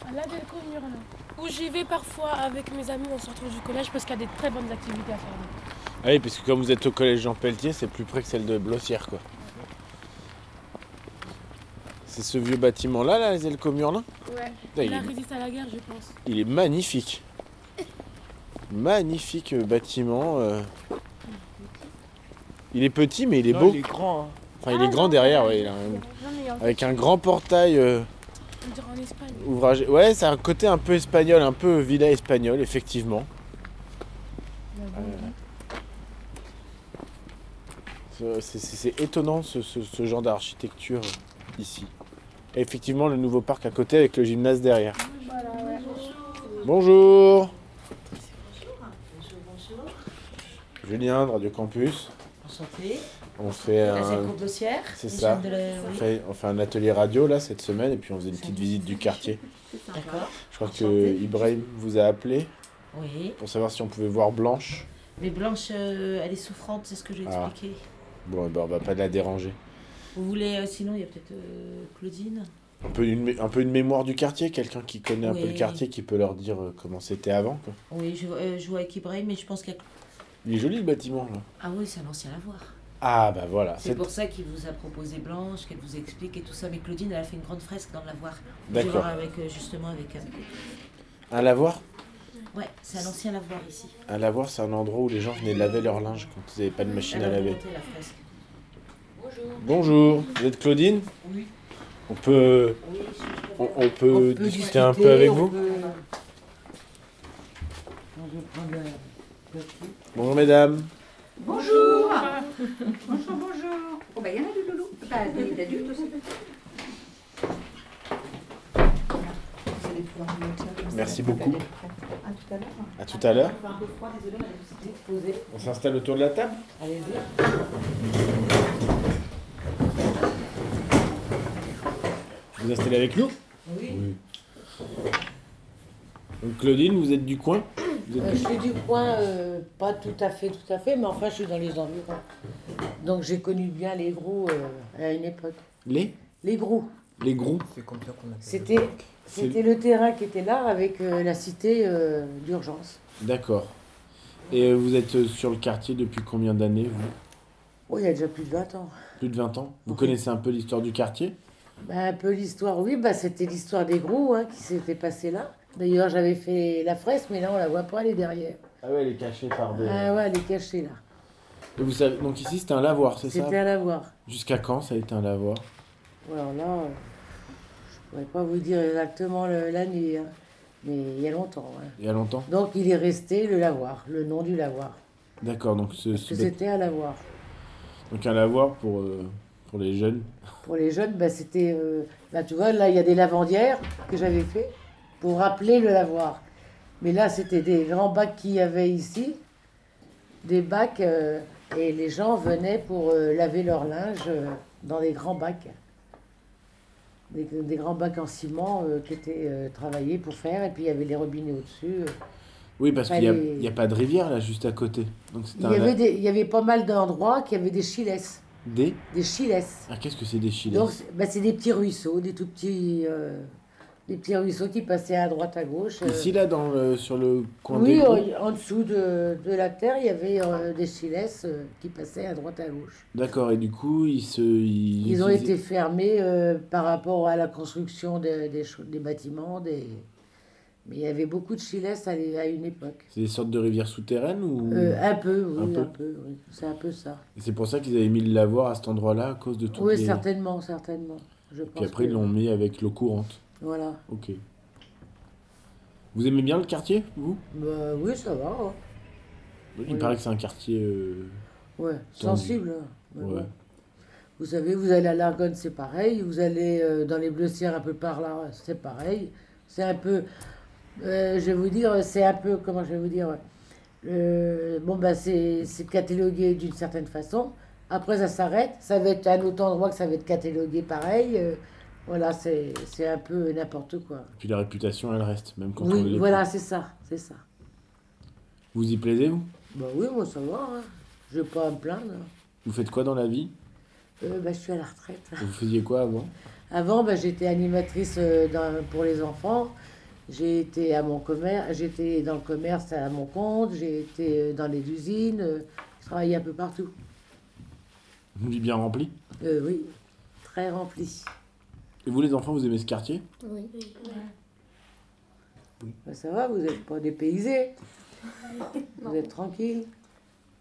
C: à la Delco Murlin. Où j'y vais parfois avec mes amis en sortant du collège parce qu'il y a des très bonnes activités à faire.
D: Ah oui, parce que comme vous êtes au collège Jean Pelletier, c'est plus près que celle de Blossière quoi. C'est ce vieux bâtiment-là, là, les Elcomurs, là
A: Ouais.
D: Putain, il,
C: Là,
D: est,
C: résiste à la guerre, je pense.
D: il est magnifique. Magnifique euh, bâtiment. euh. Il est petit, mais il est
E: Non,
D: beau.
E: Il est grand. hein.
D: Enfin,
A: Ah,
D: il est grand derrière, ouais. il a un- Avec un grand portail euh,
C: On dirait en Espagne.
D: ouvragé. Ouais, c'est un côté un peu espagnol, un peu villa espagnole, effectivement. Euh, c'est- C'est c'est étonnant ce, ce- ce genre d'architecture euh, ici. Et effectivement, le nouveau parc à côté avec le gymnase derrière.
A: Voilà, ouais.
D: Bonjour Julien de Radio Campus.
G: Enchanté.
D: On fait
H: Ah,
G: Là, c'est
D: un,
G: le cours dossière.
D: c'est
G: les
D: ça.
G: jeunes de la-
D: on
G: oui,
D: fait, on fait un atelier radio là cette semaine et puis on faisait une petite visite du quartier.
G: D'accord.
D: Je crois que
G: Enchanté.
D: Ibrahim vous a appelé
G: Oui.
D: pour savoir si on pouvait voir Blanche.
G: Mais Blanche, euh, elle est souffrante, c'est ce que j'ai
D: Ah.
G: expliqué.
D: Bon, eh ben, on va pas la déranger.
G: Vous voulez, euh, sinon, il y a peut-être euh, Claudine.
D: Un peu, une, mé- un peu une mémoire du quartier, quelqu'un qui connaît un peu le
G: Oui.
D: quartier, qui peut leur dire euh, comment c'était avant. quoi.
G: Oui, je, euh, je vois avec Ibrahim, mais je pense qu'il y a.
D: Il est joli le bâtiment là.
G: Ah oui, c'est un ancien lavoir.
D: Ah bah voilà.
G: C'est
D: C'est-
G: pour ça qu'il vous a proposé Blanche, qu'elle vous explique et tout ça. Mais Claudine, elle a fait une grande fresque dans le lavoir. Je vais voir
D: D'accord.
G: avec, euh, justement, avec. euh,
D: Un lavoir
G: Ouais, c'est un ancien lavoir ici.
D: Un lavoir, c'est un endroit où les gens venaient laver leur linge quand ils n'avaient pas de machine
G: Elle
D: à
G: a
D: laver.
G: remonté la fresque.
D: Bonjour, vous êtes Claudine
G: Oui.
D: On peut,
G: Oui, je suis-
D: on, on peut discuter, un peu avec
G: on
D: vous
G: peut- On peut prendre la- la petite.
D: Bonjour mesdames.
I: Bonjour Bonjour, bonjour Oh bah il y en a du loulou, bah des des adultes aussi. Vous allez pouvoir nous mettre là, comme ça,
D: Merci
I: la table,
D: beaucoup.
I: elle est prête. À tout à l'heure.
D: À tout à l'heure.
I: Enfin, un peu froid, désolée, mais vous êtes exposée.
D: On s'installe autour de la table
G: Allez-y.
D: Vous vous installez avec nous
G: Oui.
D: Donc Claudine, vous êtes du coin Vous êtes
G: Euh,
D: du-
G: je suis du coin, euh, pas tout à fait, tout à fait, mais enfin, je suis dans les environs. Donc, j'ai connu bien les gros euh, à une époque.
D: Les
G: Les gros,
D: Les gros
G: c'était
D: C'est-
G: c'était le terrain qui était là avec euh, la cité euh, d'urgence.
D: D'accord. Et euh, vous êtes euh, sur le quartier depuis combien d'années vous
G: Oh, il y a déjà plus de 20 ans.
D: Plus de 20 ans Vous
G: Oui.
D: connaissez un peu l'histoire du quartier
G: Ben, un peu l'histoire, oui, bah, c'était l'histoire des gros hein, qui s'était passée là. D'ailleurs, j'avais fait la fresque, mais là, on la voit pas, elle est derrière.
D: Ah ouais, elle est cachée par
G: Ah ouais, elle est cachée là.
D: Et vous savez, donc ici c'était un lavoir, c'est ça
G: C'était à la voir.
D: Jusqu'à quand ça a été un lavoir
G: Ou Alors là, euh, je pourrais pas vous dire exactement le- l'année, hein, mais il y a longtemps. hein.
D: Il y a longtemps
G: Donc il est resté le lavoir, le nom du lavoir.
D: D'accord, donc ce, ce
G: Parce que
D: bête-
G: c'était à lavoir.
D: donc un lavoir pour, euh, pour les jeunes.
G: Pour les jeunes, bah, c'était. euh, là, tu vois, là, il y a des lavandières que j'avais fait pour rappeler le lavoir. Mais là, c'était des grands bacs qu'il y avait ici, des bacs, euh, et les gens venaient pour euh, laver leur linge euh, dans des grands bacs. Des, des grands bacs en ciment euh, qui étaient euh, travaillés pour faire, et puis il y avait les robinets au-dessus. euh,
D: Oui, parce
G: Pas
D: qu'il n'y a,
G: les-
D: il y a pas de rivière là juste à côté. Donc c'était
G: Il
D: un
G: y
D: la-
G: avait, des- il y avait pas mal d'endroits qui avaient des chiles,
D: des.
G: des chiles.
D: Ah, qu'est-ce que c'est des chilés
G: Donc, c'est bah, c'est des petits ruisseaux, des tout petits, euh, des petits ruisseaux qui passaient à droite, à gauche. euh.
D: Ici là dans le- sur le coin des
G: oui,
D: gros
G: en, en dessous de, de la terre, il y avait euh, des chilesses euh, qui passaient à droite, à gauche.
D: D'accord, et du coup, ils se. Ils,
G: Ils ont
D: utilisaient-
G: été fermés euh, par rapport à la construction des- des, cho- des bâtiments. Des... Mais il y avait beaucoup de chilesses à, l'é- à une époque.
D: C'est des sortes de rivières souterraines ou.
G: Euh, un peu,
D: Mmh. Un
G: oui,
D: peu.
G: un peu, oui. C'est un peu ça.
D: Et C'est pour ça qu'ils avaient mis le lavoir à cet endroit-là à cause de tout.
G: Oui, certainement, certainement. Je pense
D: Puis après, ils
G: que-
D: l'ont mis avec l'eau courante.
G: Voilà.
D: Ok. Vous aimez bien le quartier, vous
G: Bah, oui, ça va. hein.
D: Il
G: Oui.
D: paraît que c'est un quartier. euh,
G: Ouais, sensible. hein. Mais
D: Ouais.
G: bon. Vous savez, vous allez à l'Argonne, c'est pareil. Vous allez euh, dans les Bleussières, un peu par là, c'est pareil. C'est un peu. euh, je vais vous dire, c'est un peu. Comment je vais vous dire euh, Bon, ben, c'est c'est catalogué d'une certaine façon. Après, ça s'arrête. Ça va être à un autre endroit que ça va être catalogué pareil. euh, voilà, c'est c'est un peu n'importe quoi.
D: Puis la réputation, elle reste, même quand on
G: Oui,
D: l'est
G: voilà, c'est ça. C'est ça.
D: plus. Vous y plaisez, vous
G: Bah oui, moi, ça va. hein. Je ne vais pas me plaindre. hein.
D: Vous faites quoi dans la vie
G: Euh, ben, je suis à la retraite.
D: Vous faisiez quoi avant
G: Avant, bah, j'étais animatrice euh, dans- pour les enfants. J'ai été à mon commerce, j'étais dans le commerce à mon compte, j'ai été euh, dans les usines, euh, je travaillais un peu partout.
D: Une vie bien remplie
G: Euh, oui, très rempli.
D: Et vous, les enfants, vous aimez ce quartier
B: Oui.
G: Ben, ça va, vous n'êtes pas dépaysés. vous êtes tranquille.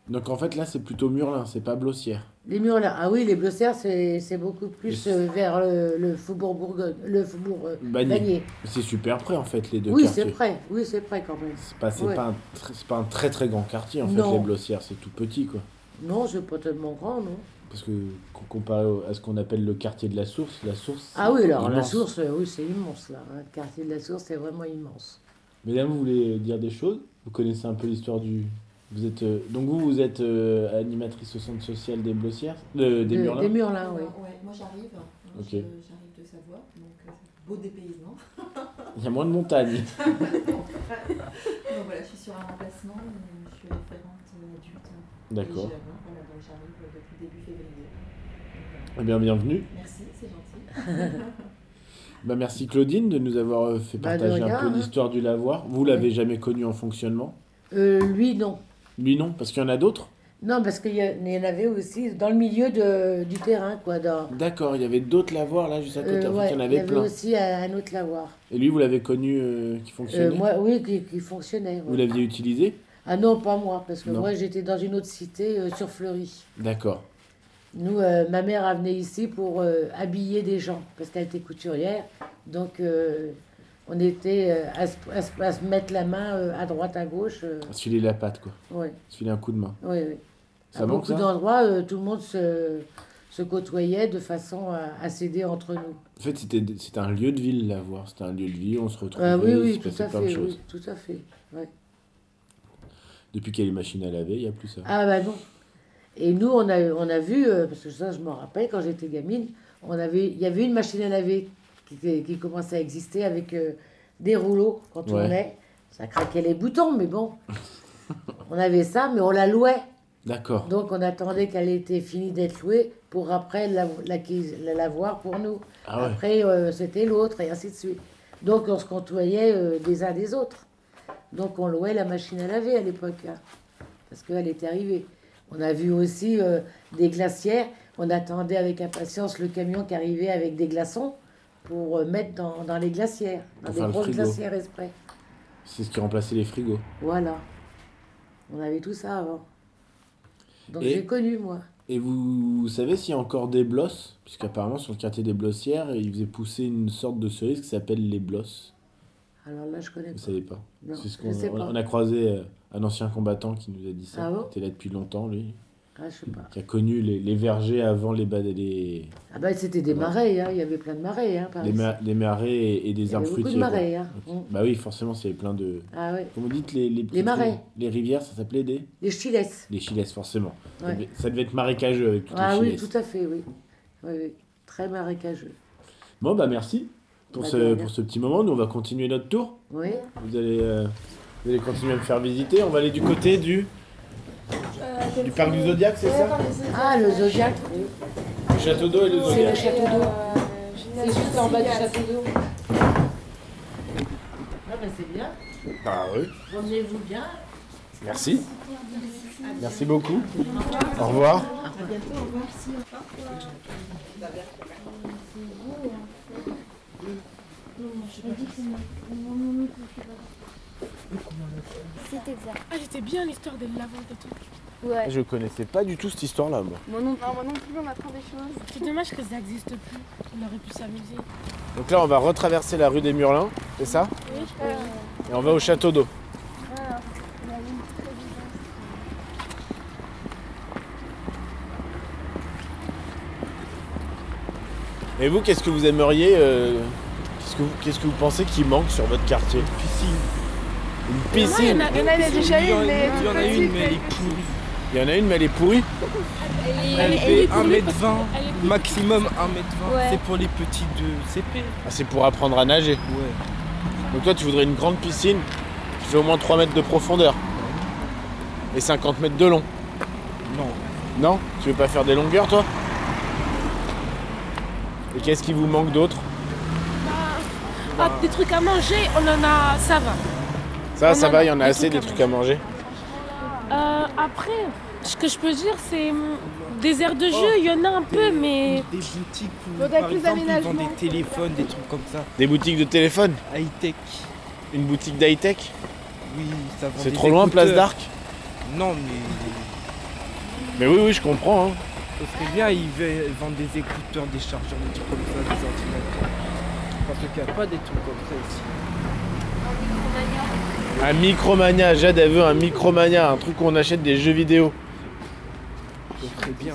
D: Donc en fait, là, c'est plutôt Murlin, c'est pas Blossière.
G: Les Murlins, ah oui, les Bleussières, c'est c'est beaucoup plus
D: Mais-
G: euh, vers le, le faubourg Bourgogne, le faubourg euh,
D: Bagné.
G: Bagné.
D: C'est super près, en fait, les deux
G: Oui, c'est
D: quartiers.
G: près, oui, c'est près quand même.
D: C'est pas, c'est
G: Ouais.
D: pas, un tr- c'est pas un très très grand quartier, en fait,
G: Non.
D: les Blossières, c'est tout petit, quoi.
G: Non, c'est pas tellement grand, non.
D: Parce que co- comparé au- à ce qu'on appelle le quartier de la source, la source.
G: Ah oui,
D: c'est
G: alors la
D: immense.
G: source, euh, oui, c'est immense là. hein. Le quartier de la source, c'est vraiment immense.
D: Mesdames, vous voulez euh, dire des choses Vous connaissez un peu l'histoire du. Vous êtes euh, donc vous vous êtes euh, animatrice au centre social des Blossières, de- des
G: De-
D: Murlins.
G: Euh, des Murlins, oui.
H: Ouais, moi j'arrive, hein,
D: Ok.
H: je- j'arrive de Savoie, donc euh, beau dépaysement.
D: Il y a moins de montagnes.
H: Donc voilà, je suis sur un remplacement, euh, je suis référente euh, adulte. hein, et
D: D'accord.
H: jeune, hein, voilà, donc j'arrive euh, depuis début février. Donc,
D: Eh bien, bienvenue.
H: euh, Merci, c'est gentil.
D: Bah, merci Claudine de nous avoir euh, fait
G: Bah, de
D: partager
G: rien,
D: un peu
G: hein.
D: l'histoire du lavoir. Vous l'avez jamais connu en fonctionnement
G: Euh, lui, non.
D: Lui non, parce qu'il y en a d'autres.
G: Non, parce qu'il y, a- il y en avait aussi dans le milieu de, du terrain, quoi. Dans,
D: D'accord, il y avait d'autres lavoirs là juste à côté.
G: Euh,
D: en fait,
G: ouais,
D: il y en
G: il y
D: avait
G: avait
D: plein.
G: aussi un un autre lavoir.
D: Et lui, vous l'avez connu euh, qui
G: Euh,
D: fonctionnait
G: moi, oui, qui, qui fonctionnait. ouais.
D: Vous l'aviez utilisé
G: Ah non, pas moi, parce que
D: Non.
G: moi, j'étais dans une autre cité, euh, sur Fleury.
D: D'accord.
G: Nous, euh, ma mère, elle venait ici pour euh, habiller des gens, parce qu'elle était couturière. Donc, euh, on était euh, à, se, à se- à se mettre la main euh, à droite, à gauche. euh,
D: Se filer la patte quoi.
G: ouais,
D: Se filer un coup de main.
G: ouais, ouais.
D: Ça
G: à
D: manque,
G: beaucoup
D: ça
G: d'endroits, euh, tout le monde se, se côtoyait de façon à, à s'aider entre nous.
D: En fait, c'était c'était un lieu de ville, l'avoir. C'était un lieu de vie, on se retrouvait,
G: Ah oui,
D: il
G: oui,
D: se
G: tout
D: passait
G: à
D: plein de
G: fait,
D: choses.
G: oui, tout à fait. ouais.
D: Depuis qu'il y a les machines à laver, il n'y a plus ça.
G: Ah bah non. Et nous, on a, on a vu, euh, parce que ça, je m'en rappelle, quand j'étais gamine, on avait, il y avait une machine à laver qui, était- qui commençait à exister avec euh, des rouleaux quand on
D: Ouais.
G: tournait. Ça craquait les boutons, mais bon. on avait ça, mais on la louait.
D: D'accord.
G: Donc on attendait qu'elle était finie d'être louée pour après la, l'acquise- la, l'avoir pour nous.
D: Ah ouais.
G: Après, euh, c'était l'autre, et ainsi de suite. Donc on se côtoyait euh, des uns des autres. Donc on louait la machine à laver à l'époque, hein, parce qu'elle était arrivée. On a vu aussi euh, des glacières. On attendait avec impatience le camion qui arrivait avec des glaçons pour euh, mettre dans, dans les glacières, dans
D: Pour
G: des
D: faire le
G: grosses
D: frigo.
G: glacières exprès.
D: C'est ce qui remplaçait les frigos.
G: Voilà. On avait tout ça avant. Donc
D: Et-
G: j'ai connu, moi.
D: Et vous, savez s'il y a encore des blosses Puisqu'apparemment, sur le quartier des blossières, ils faisaient pousser une sorte de cerise qui s'appelle les blosses.
G: Alors là, je connais
D: Vous
G: pas.
D: savez pas
G: Non,
D: C'est ce
G: je
D: qu'on
G: sais
D: on a,
G: pas.
D: on a croisé euh, un ancien combattant qui nous a dit ça.
G: Ah bon
D: Il était là depuis longtemps, lui.
G: Ah, je sais pas.
D: Qui a connu les, les vergers avant les, ba- les,
G: Ah bah c'était des
D: Ouais.
G: marais, hein. il y avait plein de marais. Hein, par
D: les,
G: ici.
D: ma- les marais et, et
G: il
D: des
G: y avait
D: arbres
G: beaucoup
D: fruitiers.
G: de
D: quoi.
G: marais. Hein. Mm.
D: Bah oui, forcément, s'il y avait plein de,
G: Ah ouais.
D: Comme vous dites, les, les, petites-
G: marais.
D: Les rivières, ça s'appelait des
G: Les chiles.
D: Les chiles, forcément. Ça,
G: Ouais.
D: devait, ça devait être marécageux avec toutes
G: Ah
D: les
G: oui,
D: chiles.
G: tout à fait, oui. oui, oui. Très marécageux.
D: Bon, bah merci pour,
G: Bah, de
D: ce,
G: rien.
D: pour ce petit moment. Nous, on va continuer notre tour.
G: Oui.
D: Vous allez, euh, vous allez continuer à me faire visiter. On va aller du côté du,
G: Euh,
D: du parc du Zodiac, c'est ça
G: Ah, le zodiaque, oui.
D: Le château d'eau et le
G: c'est le
D: Zodiac.
G: château d'eau.
A: Euh,
G: C'est juste en bas du château d'eau. Non, mais c'est bien.
D: Ah oui.
G: Rendez-vous bien.
D: Merci. Merci beaucoup. Au revoir.
B: C'est exact.
C: Ah, j'étais bien l'histoire des lavandes et tout.
B: Ouais.
D: Je connaissais pas du tout cette histoire-là, moi.
B: Moi non
A: Non, moi non plus, on apprend des choses.
C: C'est dommage que ça n'existe plus. On aurait pu s'amuser.
D: Donc là, on va retraverser la rue des Murlins, c'est ça
A: Oui,
D: Et on va au château d'eau. Et vous, qu'est-ce que vous aimeriez euh, qu'est-ce, que vous, qu'est-ce que vous pensez qui manque sur votre quartier
E: Piscine.
D: Une
C: Mais moi, il y en
D: piscine
C: a-
A: Il y en a
E: Piscine,
A: déjà
E: il y en-
A: une, mais
E: Il y en a
A: petite,
E: une, mais elle
A: elle
E: est
A: est
E: pourrie.
D: Il y en a une, mais elle est pourrie.
E: Elle
C: est
E: fait
C: pourrie
E: 1m20,
C: Elle est
E: maximum 1m20.
B: Ouais.
E: C'est pour les petits de CP.
D: Ah, c'est pour apprendre à nager.
E: Ouais.
D: Donc toi, tu voudrais une grande piscine qui fait au moins 3 mètres de profondeur et 50 mètres de long.
E: Non.
D: Non Tu veux pas faire des longueurs, toi Et qu'est-ce qui vous manque d'autre
C: Ah,
D: Bah.
C: des trucs à manger, on en a, ça va.
D: Ça,
C: On
D: ça
C: en
D: va,
C: a
D: il y en a
C: Ah des
D: assez des
C: trucs à
D: trucs à manger.
C: Euh, après, Ce que je peux dire, c'est hum, des aires de jeu, il y en a un peu, mais
E: Des boutiques où,
A: Faudrait
E: par
A: plus
E: exemple, ils vendent
A: d'aménagement.
E: des téléphones, des trucs comme ça.
D: Des boutiques de téléphone
E: High-tech.
D: Une boutique d'high-tech
E: Oui, ça vend
D: C'est
E: des
D: trop loin, Place
E: écouteurs.
D: d'Arc
E: Non, mais
D: Mais oui, oui, je comprends. hein.
E: ce serait bien, ils ve- vendent des écouteurs, des chargeurs, des trucs comme ça, des ordinateurs. Parce qu'il n'y a pas des trucs comme ça ici.
D: Un Micromania, Jade, elle veut un Micromania, un truc où on achète des jeux vidéo.
E: Ce serait bien.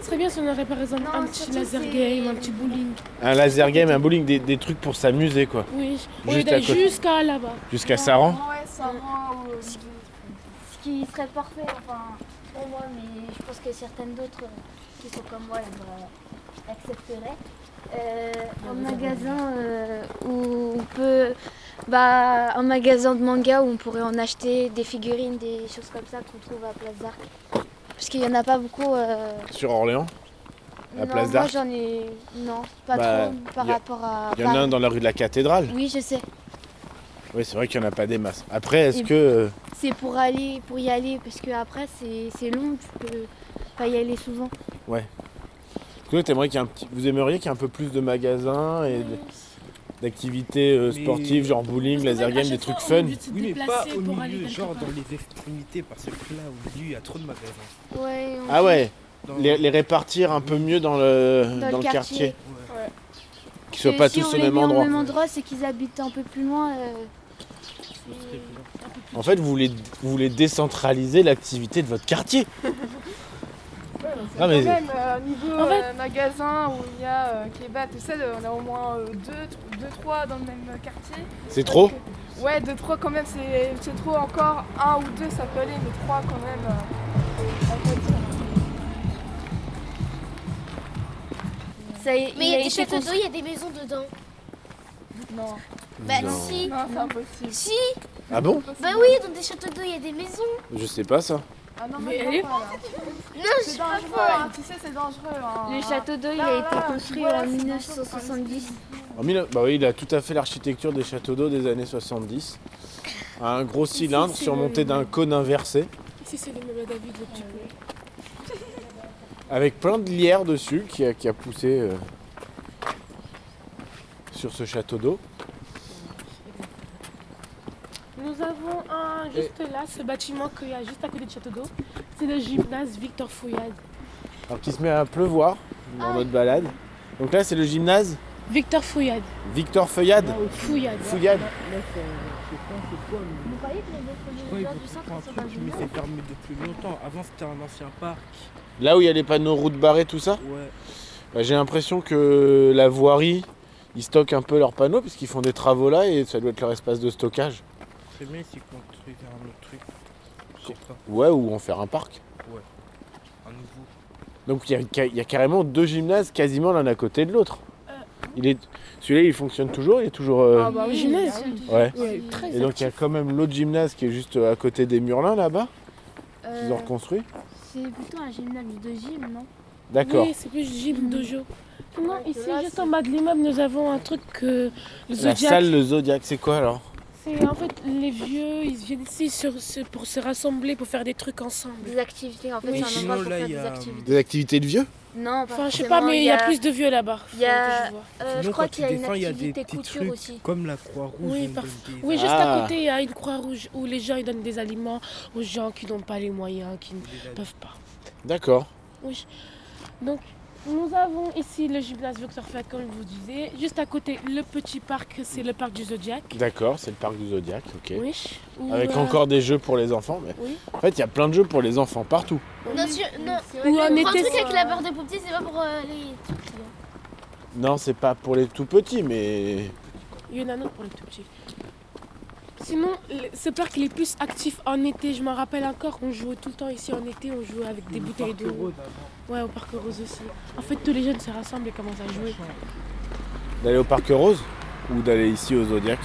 C: ce serait bien si on aurait par exemple
B: Non,
C: un petit
B: surtout,
C: laser
B: c'est-
C: game, un petit bowling.
D: Un laser game, un bowling, des, des trucs pour s'amuser, quoi.
C: Oui, au
D: Juste
C: lieu d'aller
D: à côté.
C: jusqu'à là-bas.
D: Jusqu'à Saran.
A: Ouais, Saran. euh,
B: Ce qui serait parfait, enfin, pour moi, mais je pense que certaines d'autres euh, qui sont comme moi là-bas, accepteraient. Euh, un magasin euh, où on peut. Bah, un magasin de manga où on pourrait en acheter des figurines, des choses comme ça qu'on trouve à Place d'Arc. Parce qu'il n'y en a pas beaucoup. euh,
D: Sur Orléans. À
B: non,
D: Place
B: moi
D: d'Arc
B: j'en ai. Non, pas
D: Bah,
B: trop par
D: y a-
B: rapport à.
D: Il y en a un
B: Paris.
D: dans la rue de la cathédrale.
B: Oui, je sais.
D: Oui, c'est vrai qu'il n'y en a pas des masses. Après, est-ce
B: Et-
D: que. euh,
B: C'est pour aller, pour y aller, parce que après c'est c'est long, tu peux pas y aller souvent.
D: est-ce que t'aimerais qu'il y ait un petit- Vous aimeriez qu'il y ait un peu plus de magasins et de- d'activités euh,
E: Mais-
D: sportives, genre bowling, laser game, des trucs fun
E: Oui, mais pas au
C: pour aller
E: milieu, genre dans les extrémités, parce que là, au milieu, il y a trop de magasins.
B: Ouais, on-
D: Ah ouais,
E: Dans-
D: les, les répartir un peu mieux dans le,
B: Dans
D: dans
B: le
D: le quartier.
E: Ouais.
D: Qu'ils
B: parce
D: soient
B: que
D: pas
B: si
D: tous
B: on
D: au
B: les
D: même
B: met
D: endroit.
B: Au même endroit, c'est qu'ils habitent un peu plus loin. euh,
E: Ce serait bien.
D: En fait, vous voulez, vous voulez décentraliser l'activité de votre quartier.
A: C'est
D: Ah, mais-
A: quand même euh, niveau
C: En fait-
A: euh, magasin où il y a euh, Kebab, tout ça, on a au moins euh, 2-3 dans le même quartier.
D: C'est trop
A: Ouais, 2-3 quand même, c'est c'est trop encore. Un ou deux ça peut aller, mais 3 quand même. euh, ça peut être-
B: ça, Mais
J: Mais il y a des châteaux d'eau, il y a des maisons dedans.
A: Non,
J: Bah
D: Non.
J: si.
A: non c'est impossible.
J: Si,
D: Ah bon
J: bah oui, dans des châteaux d'eau, il y a des maisons.
D: Je sais pas ça.
A: Ah non,
C: Mais
A: mais,
C: elle est
A: non, pas, là.
J: Non, je
A: c'est
J: suis
A: dangereux,
J: pas folle.
A: hein, tu sais, c'est dangereux. hein.
B: Le château d'eau, il
A: Là,
B: a
A: là,
B: été
A: tu
B: construit
A: vois, là,
B: en
A: c'est
B: 1970.
D: En mille- Bah oui, il a tout à fait l'architecture des châteaux d'eau des années 70. Un gros cylindre
C: c'est
D: surmonté
C: le-
D: d'un cône inversé.
C: Ici, c'est le même David, le petit peu.
D: avec plein de lierre dessus qui a, qui a poussé euh, sur ce château d'eau.
C: Nous avons un juste là, ce bâtiment qu'il y a juste à côté du château d'eau. C'est le gymnase Victor Fouillade.
D: Alors qui se met à pleuvoir dans notre balade. Donc là c'est le gymnase
C: Victor Fouillade. Ah,
D: Victor Feuillade.
C: Fouillade.
D: Fouillade.
B: Vous croyez que les défauts
E: Ouais, ils
B: du
E: vont
B: centre
E: faire un
B: sont pas
E: truc, mais c'est fermé depuis longtemps. Avant, c'était un ancien parc.
D: Là où il y a les panneaux routes barrées, tout ça,
E: Ouais.
D: bah, j'ai l'impression que la voirie, ils stockent un peu leurs panneaux puisqu'ils font des travaux là et ça doit être leur espace de stockage.
E: C'est bien s'ils construisent un autre truc. Je sais pas,
D: Ouais, ou en faire un parc.
E: un nouveau.
D: Donc il y a ca- il y, a carrément deux gymnases quasiment l'un à côté de l'autre. Il est, celui-là il fonctionne toujours, il est toujours. euh,
A: Ah bah oui,
C: Gymnase.
A: ah oui.
D: ouais.
C: Ouais, très
D: Et donc il y a quand même l'autre gymnase qui est juste euh, à côté des Murlins là-bas, qu'ils ont
B: Euh,
D: reconstruit.
B: C'est plutôt un gymnase de gym, non
D: D'accord.
C: Oui, c'est plus gym dojo. Non,
A: Ouais, que
C: ici,
A: là,
C: juste
A: c'est-
C: en bas de l'immeuble, nous avons un truc que le
D: La
C: Zodiac.
D: salle, le Zodiac, c'est quoi alors
C: C'est en fait les vieux, ils viennent ici sur, ce- pour se rassembler, pour faire des trucs ensemble.
B: Des activités, en fait,
C: Oui.
B: c'est un
E: Sinon,
B: endroit pour
E: là,
B: faire
E: il y
B: des
E: a-
B: activités.
D: Des activités de vieux
B: Non, pas
C: Enfin, je sais pas,
B: forcément,
C: mais il y a plus de vieux là-bas.
B: il y a-
C: Faudrait que je vois.
B: euh,
E: Sinon,
B: je crois
E: quand tu
B: qu'il y a une
E: descends, il y a des
B: activité
E: petits
B: couture
E: trucs
B: aussi.
E: euh, Comme la Croix-Rouge.
C: Oui,
E: on
C: parf-
E: donne des
C: Oui, juste
D: Ah.
C: à côté, il y a une croix rouge où les gens ils donnent des aliments aux gens qui n'ont pas les moyens, qui ne
E: aides.
C: peuvent pas.
D: D'accord.
C: Oui. Donc, nous avons ici le gymnase Victor Fouillade, comme je vous disais. Juste à côté, le petit parc, c'est le parc du Zodiac.
D: D'accord, c'est le parc du Zodiac, ok.
C: Oui. Où,
D: Avec
C: euh,
D: encore des jeux pour les enfants. Mais...
C: Oui.
D: En fait, il y a plein de jeux pour les enfants partout.
J: Non, sur- non.
C: Ou un
J: Un
C: été.
J: truc avec la barre des pompiers, c'est pas pour euh, les trucs. là.
D: Non, c'est pas pour les tout petits, mais.
C: Il y en a un autre pour les tout petits. Sinon, le- ce parc il est plus actif en été. Je m'en rappelle encore, on jouait tout le temps ici en été, on jouait avec des bouteilles
E: Parc
C: d'eau.
E: Rose avant.
C: Ouais, au parc rose aussi. En fait, tous les jeunes se rassemblent et commencent à jouer.
D: D'aller au parc Rose ou d'aller ici au Zodiac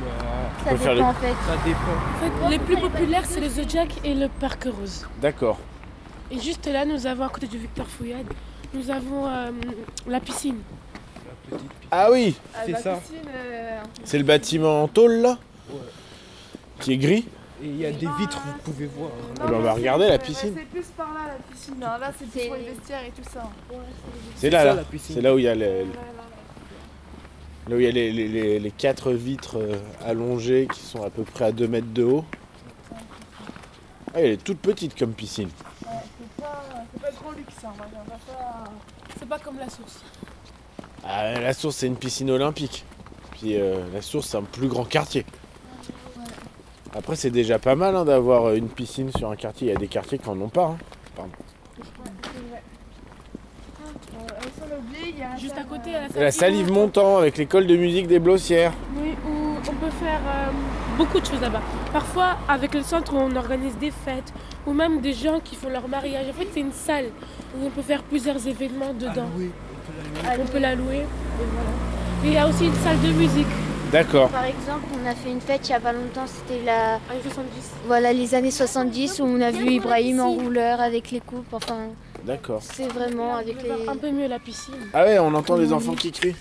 E: Bah,
B: Ça
D: peut faire
B: dépend
D: les-
B: en fait.
E: ça dépend.
C: En fait, les plus populaires, c'est le Zodiac et le parc rose.
D: D'accord.
C: Et juste là, nous avons à côté du Victor Fouillade, nous avons euh, la piscine.
E: La petite piste.
D: Ah oui
A: Ah,
E: C'est
A: la
E: ça.
D: Eh
A: piscine, euh,
D: C'est le bâtiment en tôle là
E: Ouais.
D: Qui est gris
E: Et il y a des vitres, vous pouvez voir.
D: Eh ben, on va regarder la piscine.
A: C'est plus par là la piscine. hein. Là, c'est plus pour les vestiaires et tout ça.
D: C'est là, là.
E: la piscine.
D: C'est là où il y a les,
A: Là, là, là.
D: là où il y a les, les- les- les quatre vitres euh, allongées qui sont à peu près à 2 mètres de haut. Ah, elle est toute petite comme piscine.
A: C'est pas, c'est pas trop luxe. Hein. On va pas.
C: C'est pas comme la source.
D: Ah, la source, c'est une piscine olympique. Puis euh, la source, c'est un plus grand quartier. Après, c'est déjà pas mal hein, d'avoir euh, une piscine sur un quartier. Il y a des quartiers qui en ont pas. hein.
A: Euh, on s'en oublie, il y a un
C: Juste à
A: terme,
C: côté,
A: euh,
C: il y a la salle.
D: La salive montant avec l'école de musique des Blossières.
C: Oui, où on peut faire euh, beaucoup de choses là-bas. Parfois, avec le centre, on organise des fêtes ou même des gens qui font leur mariage. En fait, c'est une salle où on peut faire plusieurs événements dedans.
E: oui.
C: On peut la louer. Et voilà. Et il y a aussi une salle de musique.
D: D'accord.
B: Par exemple, on a fait une fête il y a pas longtemps, c'était la,
C: Années 70.
B: voilà, les années 70 où on a vu Ibrahim en rouleur avec les coupes. Enfin,
D: D'accord.
B: c'est vraiment avec les.
C: Un peu mieux la piscine.
D: Ah ouais, on entend les enfants qui crient.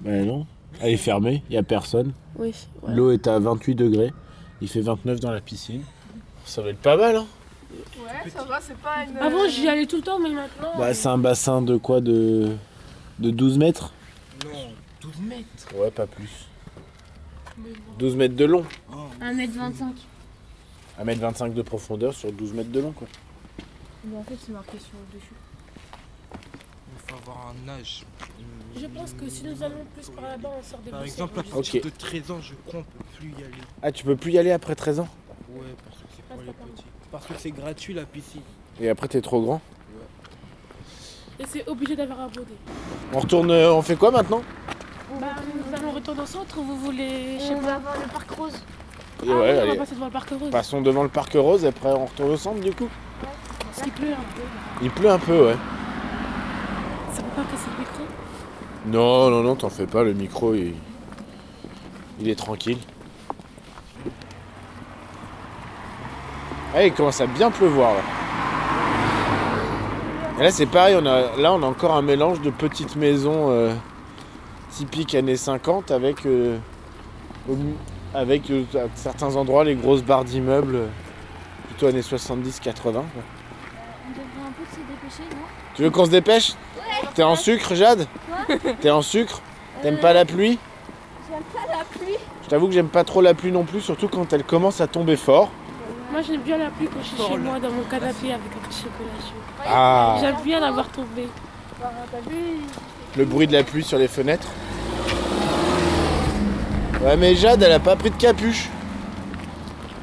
D: Ben non. Elle est fermée, il n'y a personne.
C: Oui.
D: L'eau est à 28 degrés. Il fait 29 dans la piscine. Ça va être pas mal, hein
A: Ouais, ça va, c'est pas une.
C: Avant, j'y allais tout le temps, mais maintenant. euh,
D: Bah, c'est un bassin de quoi de... de 12 mètres
E: Non, 12 mètres.
D: Ouais, pas plus. 12 mètres de long.
B: 1m25.
D: 1m25 de profondeur sur 12 mètres de long, quoi.
H: en fait, c'est marqué sur le dessus.
E: Il faut avoir un âge.
C: Je pense que si nous allons plus par là-bas, on sort des
E: Par
C: bus,
E: exemple, à
C: c'est bon.
E: partir
D: Ok.
E: de 13 ans, je crois, on peut plus y aller.
D: Ah, tu peux plus y aller après 13 ans
E: Ouais, parce que c'est pour
C: Parce
E: les
C: que-
E: petits. Parce que c'est gratuit la piscine.
D: Et après, t'es trop grand.
C: Et c'est obligé d'avoir un bonnet.
D: On retourne, euh, on fait quoi maintenant
C: Bah, nous allons retourner au centre, vous voulez. Je sais
B: On
C: pas.
B: va voir le parc rose.
D: Et
C: Ah,
D: ouais,
C: oui, on va
D: allez,
C: passer devant le parc rose.
D: Passons devant le parc rose, et après on retourne au centre du coup.
C: Parce qu'il pleut hein. un peu.
D: Il pleut un peu, ouais.
C: Ça peut pas casser le micro.
D: Non, non, non, t'en fais pas, le micro il, il est tranquille. Ah, il commence à bien pleuvoir là. Et là c'est pareil, on a, là on a encore un mélange de petites maisons euh, typiques années 50 avec, euh, au mi- avec euh, à certains endroits les grosses barres d'immeubles euh, plutôt années 70-80. quoi.
B: On devrait un peu se dépêcher, non
D: Tu veux qu'on se dépêche T'es en sucre, Jade T'es en sucre T'aimes
C: Euh,
D: pas la pluie
B: J'aime pas la pluie.
D: Je t'avoue que j'aime pas trop la pluie non plus, surtout quand elle commence à tomber fort.
C: Moi j'aime bien la pluie quand je suis
E: Oh
C: chez
E: là.
C: moi dans mon canapé avec un petit chocolat chaud.
D: Ah
C: J'aime bien la voir tomber.
A: T'as vu
D: Le bruit de la pluie sur les fenêtres. Ouais, mais Jade, elle a pas pris de capuche.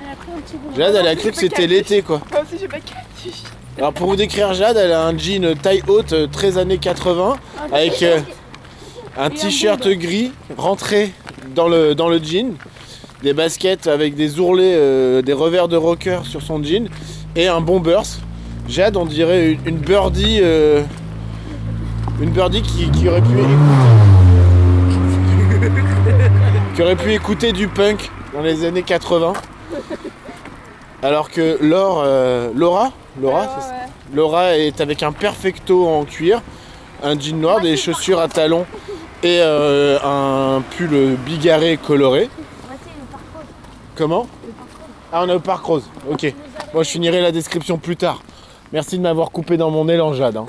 C: Elle a pris un petit bonnet.
D: Jade, elle a cru que c'était l'été, quoi.
A: Moi aussi, j'ai pas cactus.
D: Alors, pour vous décrire Jade, elle a un jean taille haute, euh, 13 années 80, avec euh, un t-shirt gris rentré dans le, dans le jean, des baskets avec des ourlets, euh, des revers de rocker sur son jean, et un bon burst. Jade, on dirait une, une birdie, euh, une birdie qui, qui aurait pu qui aurait pu écouter du punk dans les années 80. Alors que Laure, euh, Laura, Laura, c'est ça
A: ouais.
D: Laura est avec un perfecto en cuir, un jean noir, des chaussures à talons et euh, un pull bigarré coloré. Comment Ah, on est au parc rose. Ok. Moi, je finirai la description plus tard. Merci de m'avoir coupé dans mon élan, Jade. hein.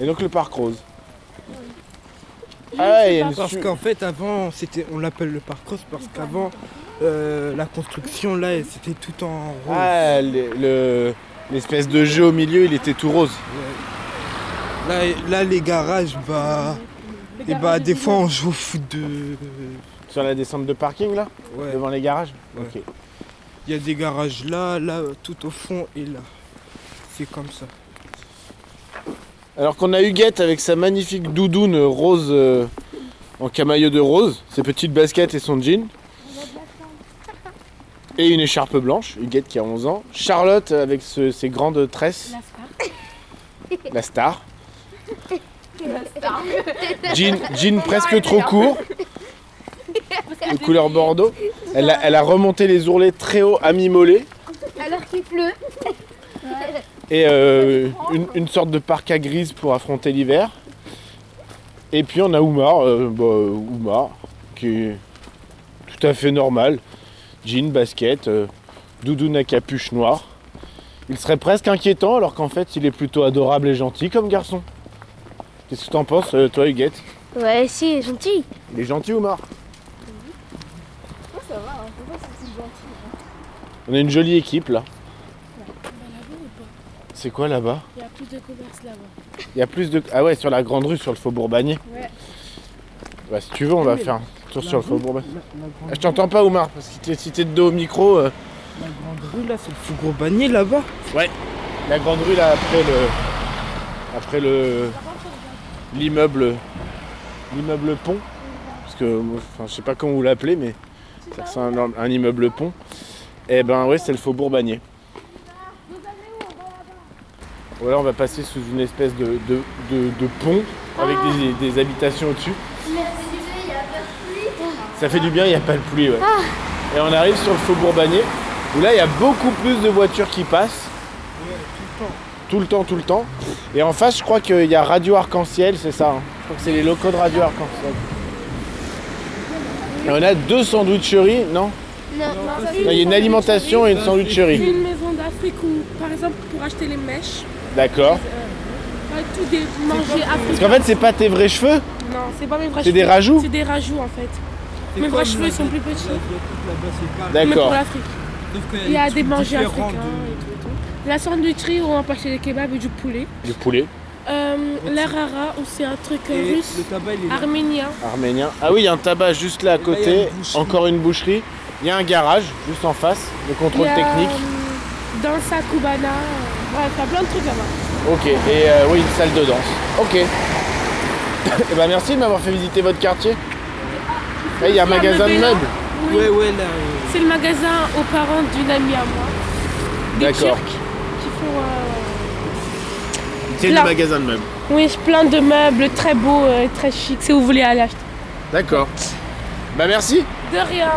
D: Et donc le parc rose. Ah, ouais, il y a une
E: Parce
D: su-
E: qu'en fait, avant, c'était, on l'appelle le parc rose parce qu'avant, euh, la construction là, c'était tout en rose.
D: Ah, le- le- l'espèce de jeu au milieu, il était tout rose.
E: Là, là, les garages, bah, et bah, des fois, on joue au foot de.
D: Sur la descente de parking, là
E: Ouais.
D: Devant les garages
E: Ouais.
D: Ok.
E: Il y a des garages là, là, tout au fond et là. C'est comme ça.
D: Alors qu'on a Huguette avec sa magnifique doudoune rose euh, en camailleux de rose, ses petites baskets et son jean. Et une écharpe blanche, Huguette qui a 11 ans. Charlotte avec ce- ses grandes tresses.
C: La star.
D: La star. Jean, jean presque trop court, de couleur bordeaux. Elle a, elle a remonté les ourlets très haut à mi-mollet.
B: Alors qu'il pleut.
D: Et euh, une, une sorte de parka grise pour affronter l'hiver. Et puis on a Oumar, euh, bah, Oumar, qui, tout à fait normal. Jean, basket, euh, doudoune à capuche noire. Il serait presque inquiétant alors qu'en fait il est plutôt adorable et gentil comme garçon. Qu'est-ce que t'en penses euh, toi Huguette
J: Ouais, si, gentil.
D: Il est gentil Oumar
A: Ouais, ça va, hein. faut pas c'est si gentil. hein
D: On a une jolie équipe là.
C: Bah, là-bas ou pas
D: C'est quoi là-bas
C: Il y a plus de commerce là-bas.
D: Il y a plus de... Ah ouais sur la grande rue, sur le faubourg Bagné.
A: Ouais.
D: Bah si tu veux on va
E: Mais
D: faire un tour
E: la
D: sur le
E: rue-
D: faubourg Bagné.
E: la- la grande-
D: Ah, Je t'entends pas Oumar, parce que si t'es- si t'es de dos au micro... euh,
E: La grande rue là, c'est le Faubourg Bagné là-bas.
D: La grande rue là après le. Après le. L'immeuble. L'immeuble pont. Parce que moi, enfin, je sais pas comment vous l'appelez mais. Ça ressemble à un, un immeuble pont. Et ben ouais c'est le faubourg bagné. Voilà on va passer sous une espèce de, de, de- de pont avec des, des habitations au-dessus. Ça fait du bien, il n'y a pas de pluie ouais. Et on arrive sur le faubourg bagné où là il y a beaucoup plus de voitures qui passent tout le temps, tout le temps. Et en face, je crois qu'il y a Radio Arc-en-Ciel, c'est ça. hein. Je crois que c'est les locaux de Radio Arc-en-Ciel. Et on a deux sandwicheries, non
J: Non,
D: Là, Il y a une alimentation et une sandwicherie.
C: Une maison d'Afrique où, par exemple, pour acheter les mèches,
D: D'accord.
C: pas tout des manger
D: Parce
C: africain.
D: qu'en fait, c'est pas tes vrais cheveux,
C: Non, c'est pas mes vrais
D: c'est des rajouts.
C: C'est des rajouts en fait.
E: C'est
C: Mes vrais
E: comme
C: cheveux, ils sont
E: la-
C: plus petits.
E: la viatique, là-bas, c'est pareil.
C: Mais pour
D: D'accord.
C: l'Afrique.
E: Sauf qu'il
C: Il y a des
E: trucs
C: mangers
E: différents
C: africains
E: de-
C: et tout et tout. La sandwicherie où on va acheter des kebabs et du poulet.
D: Du poulet
C: Euh, la rara où c'est un truc euh,
E: Et
C: russe,
E: le tabac, il est là.
C: arménien.
D: arménien. Ah oui, il y a un tabac juste là à
E: Et là, Eh ben, il y a
D: côté.
E: une boucherie.
D: Encore une boucherie. Il y a un garage juste en face, le
C: Il y
D: contrôle
C: a,
D: technique.
C: euh, Dansa cubana. euh, Bref, il y a plein de trucs là-bas.
D: Ok, et euh, oui, une salle de danse. Ok. Et ben merci de m'avoir fait visiter votre quartier. Là, Il y a un
C: Il y a un
D: magasin de
C: meublé, là.
D: meubles.
C: Oui.
E: Ouais, ouais, là. euh,
C: C'est le magasin aux parents d'une amie à moi. Des
D: D'accord.
C: Turcs qui font
D: C'est
C: Là.
D: le magasin de meubles.
C: euh, oui, plein de meubles très beaux, euh, très chics, si vous voulez aller acheter.
D: D'accord. Bah merci.
C: De rien.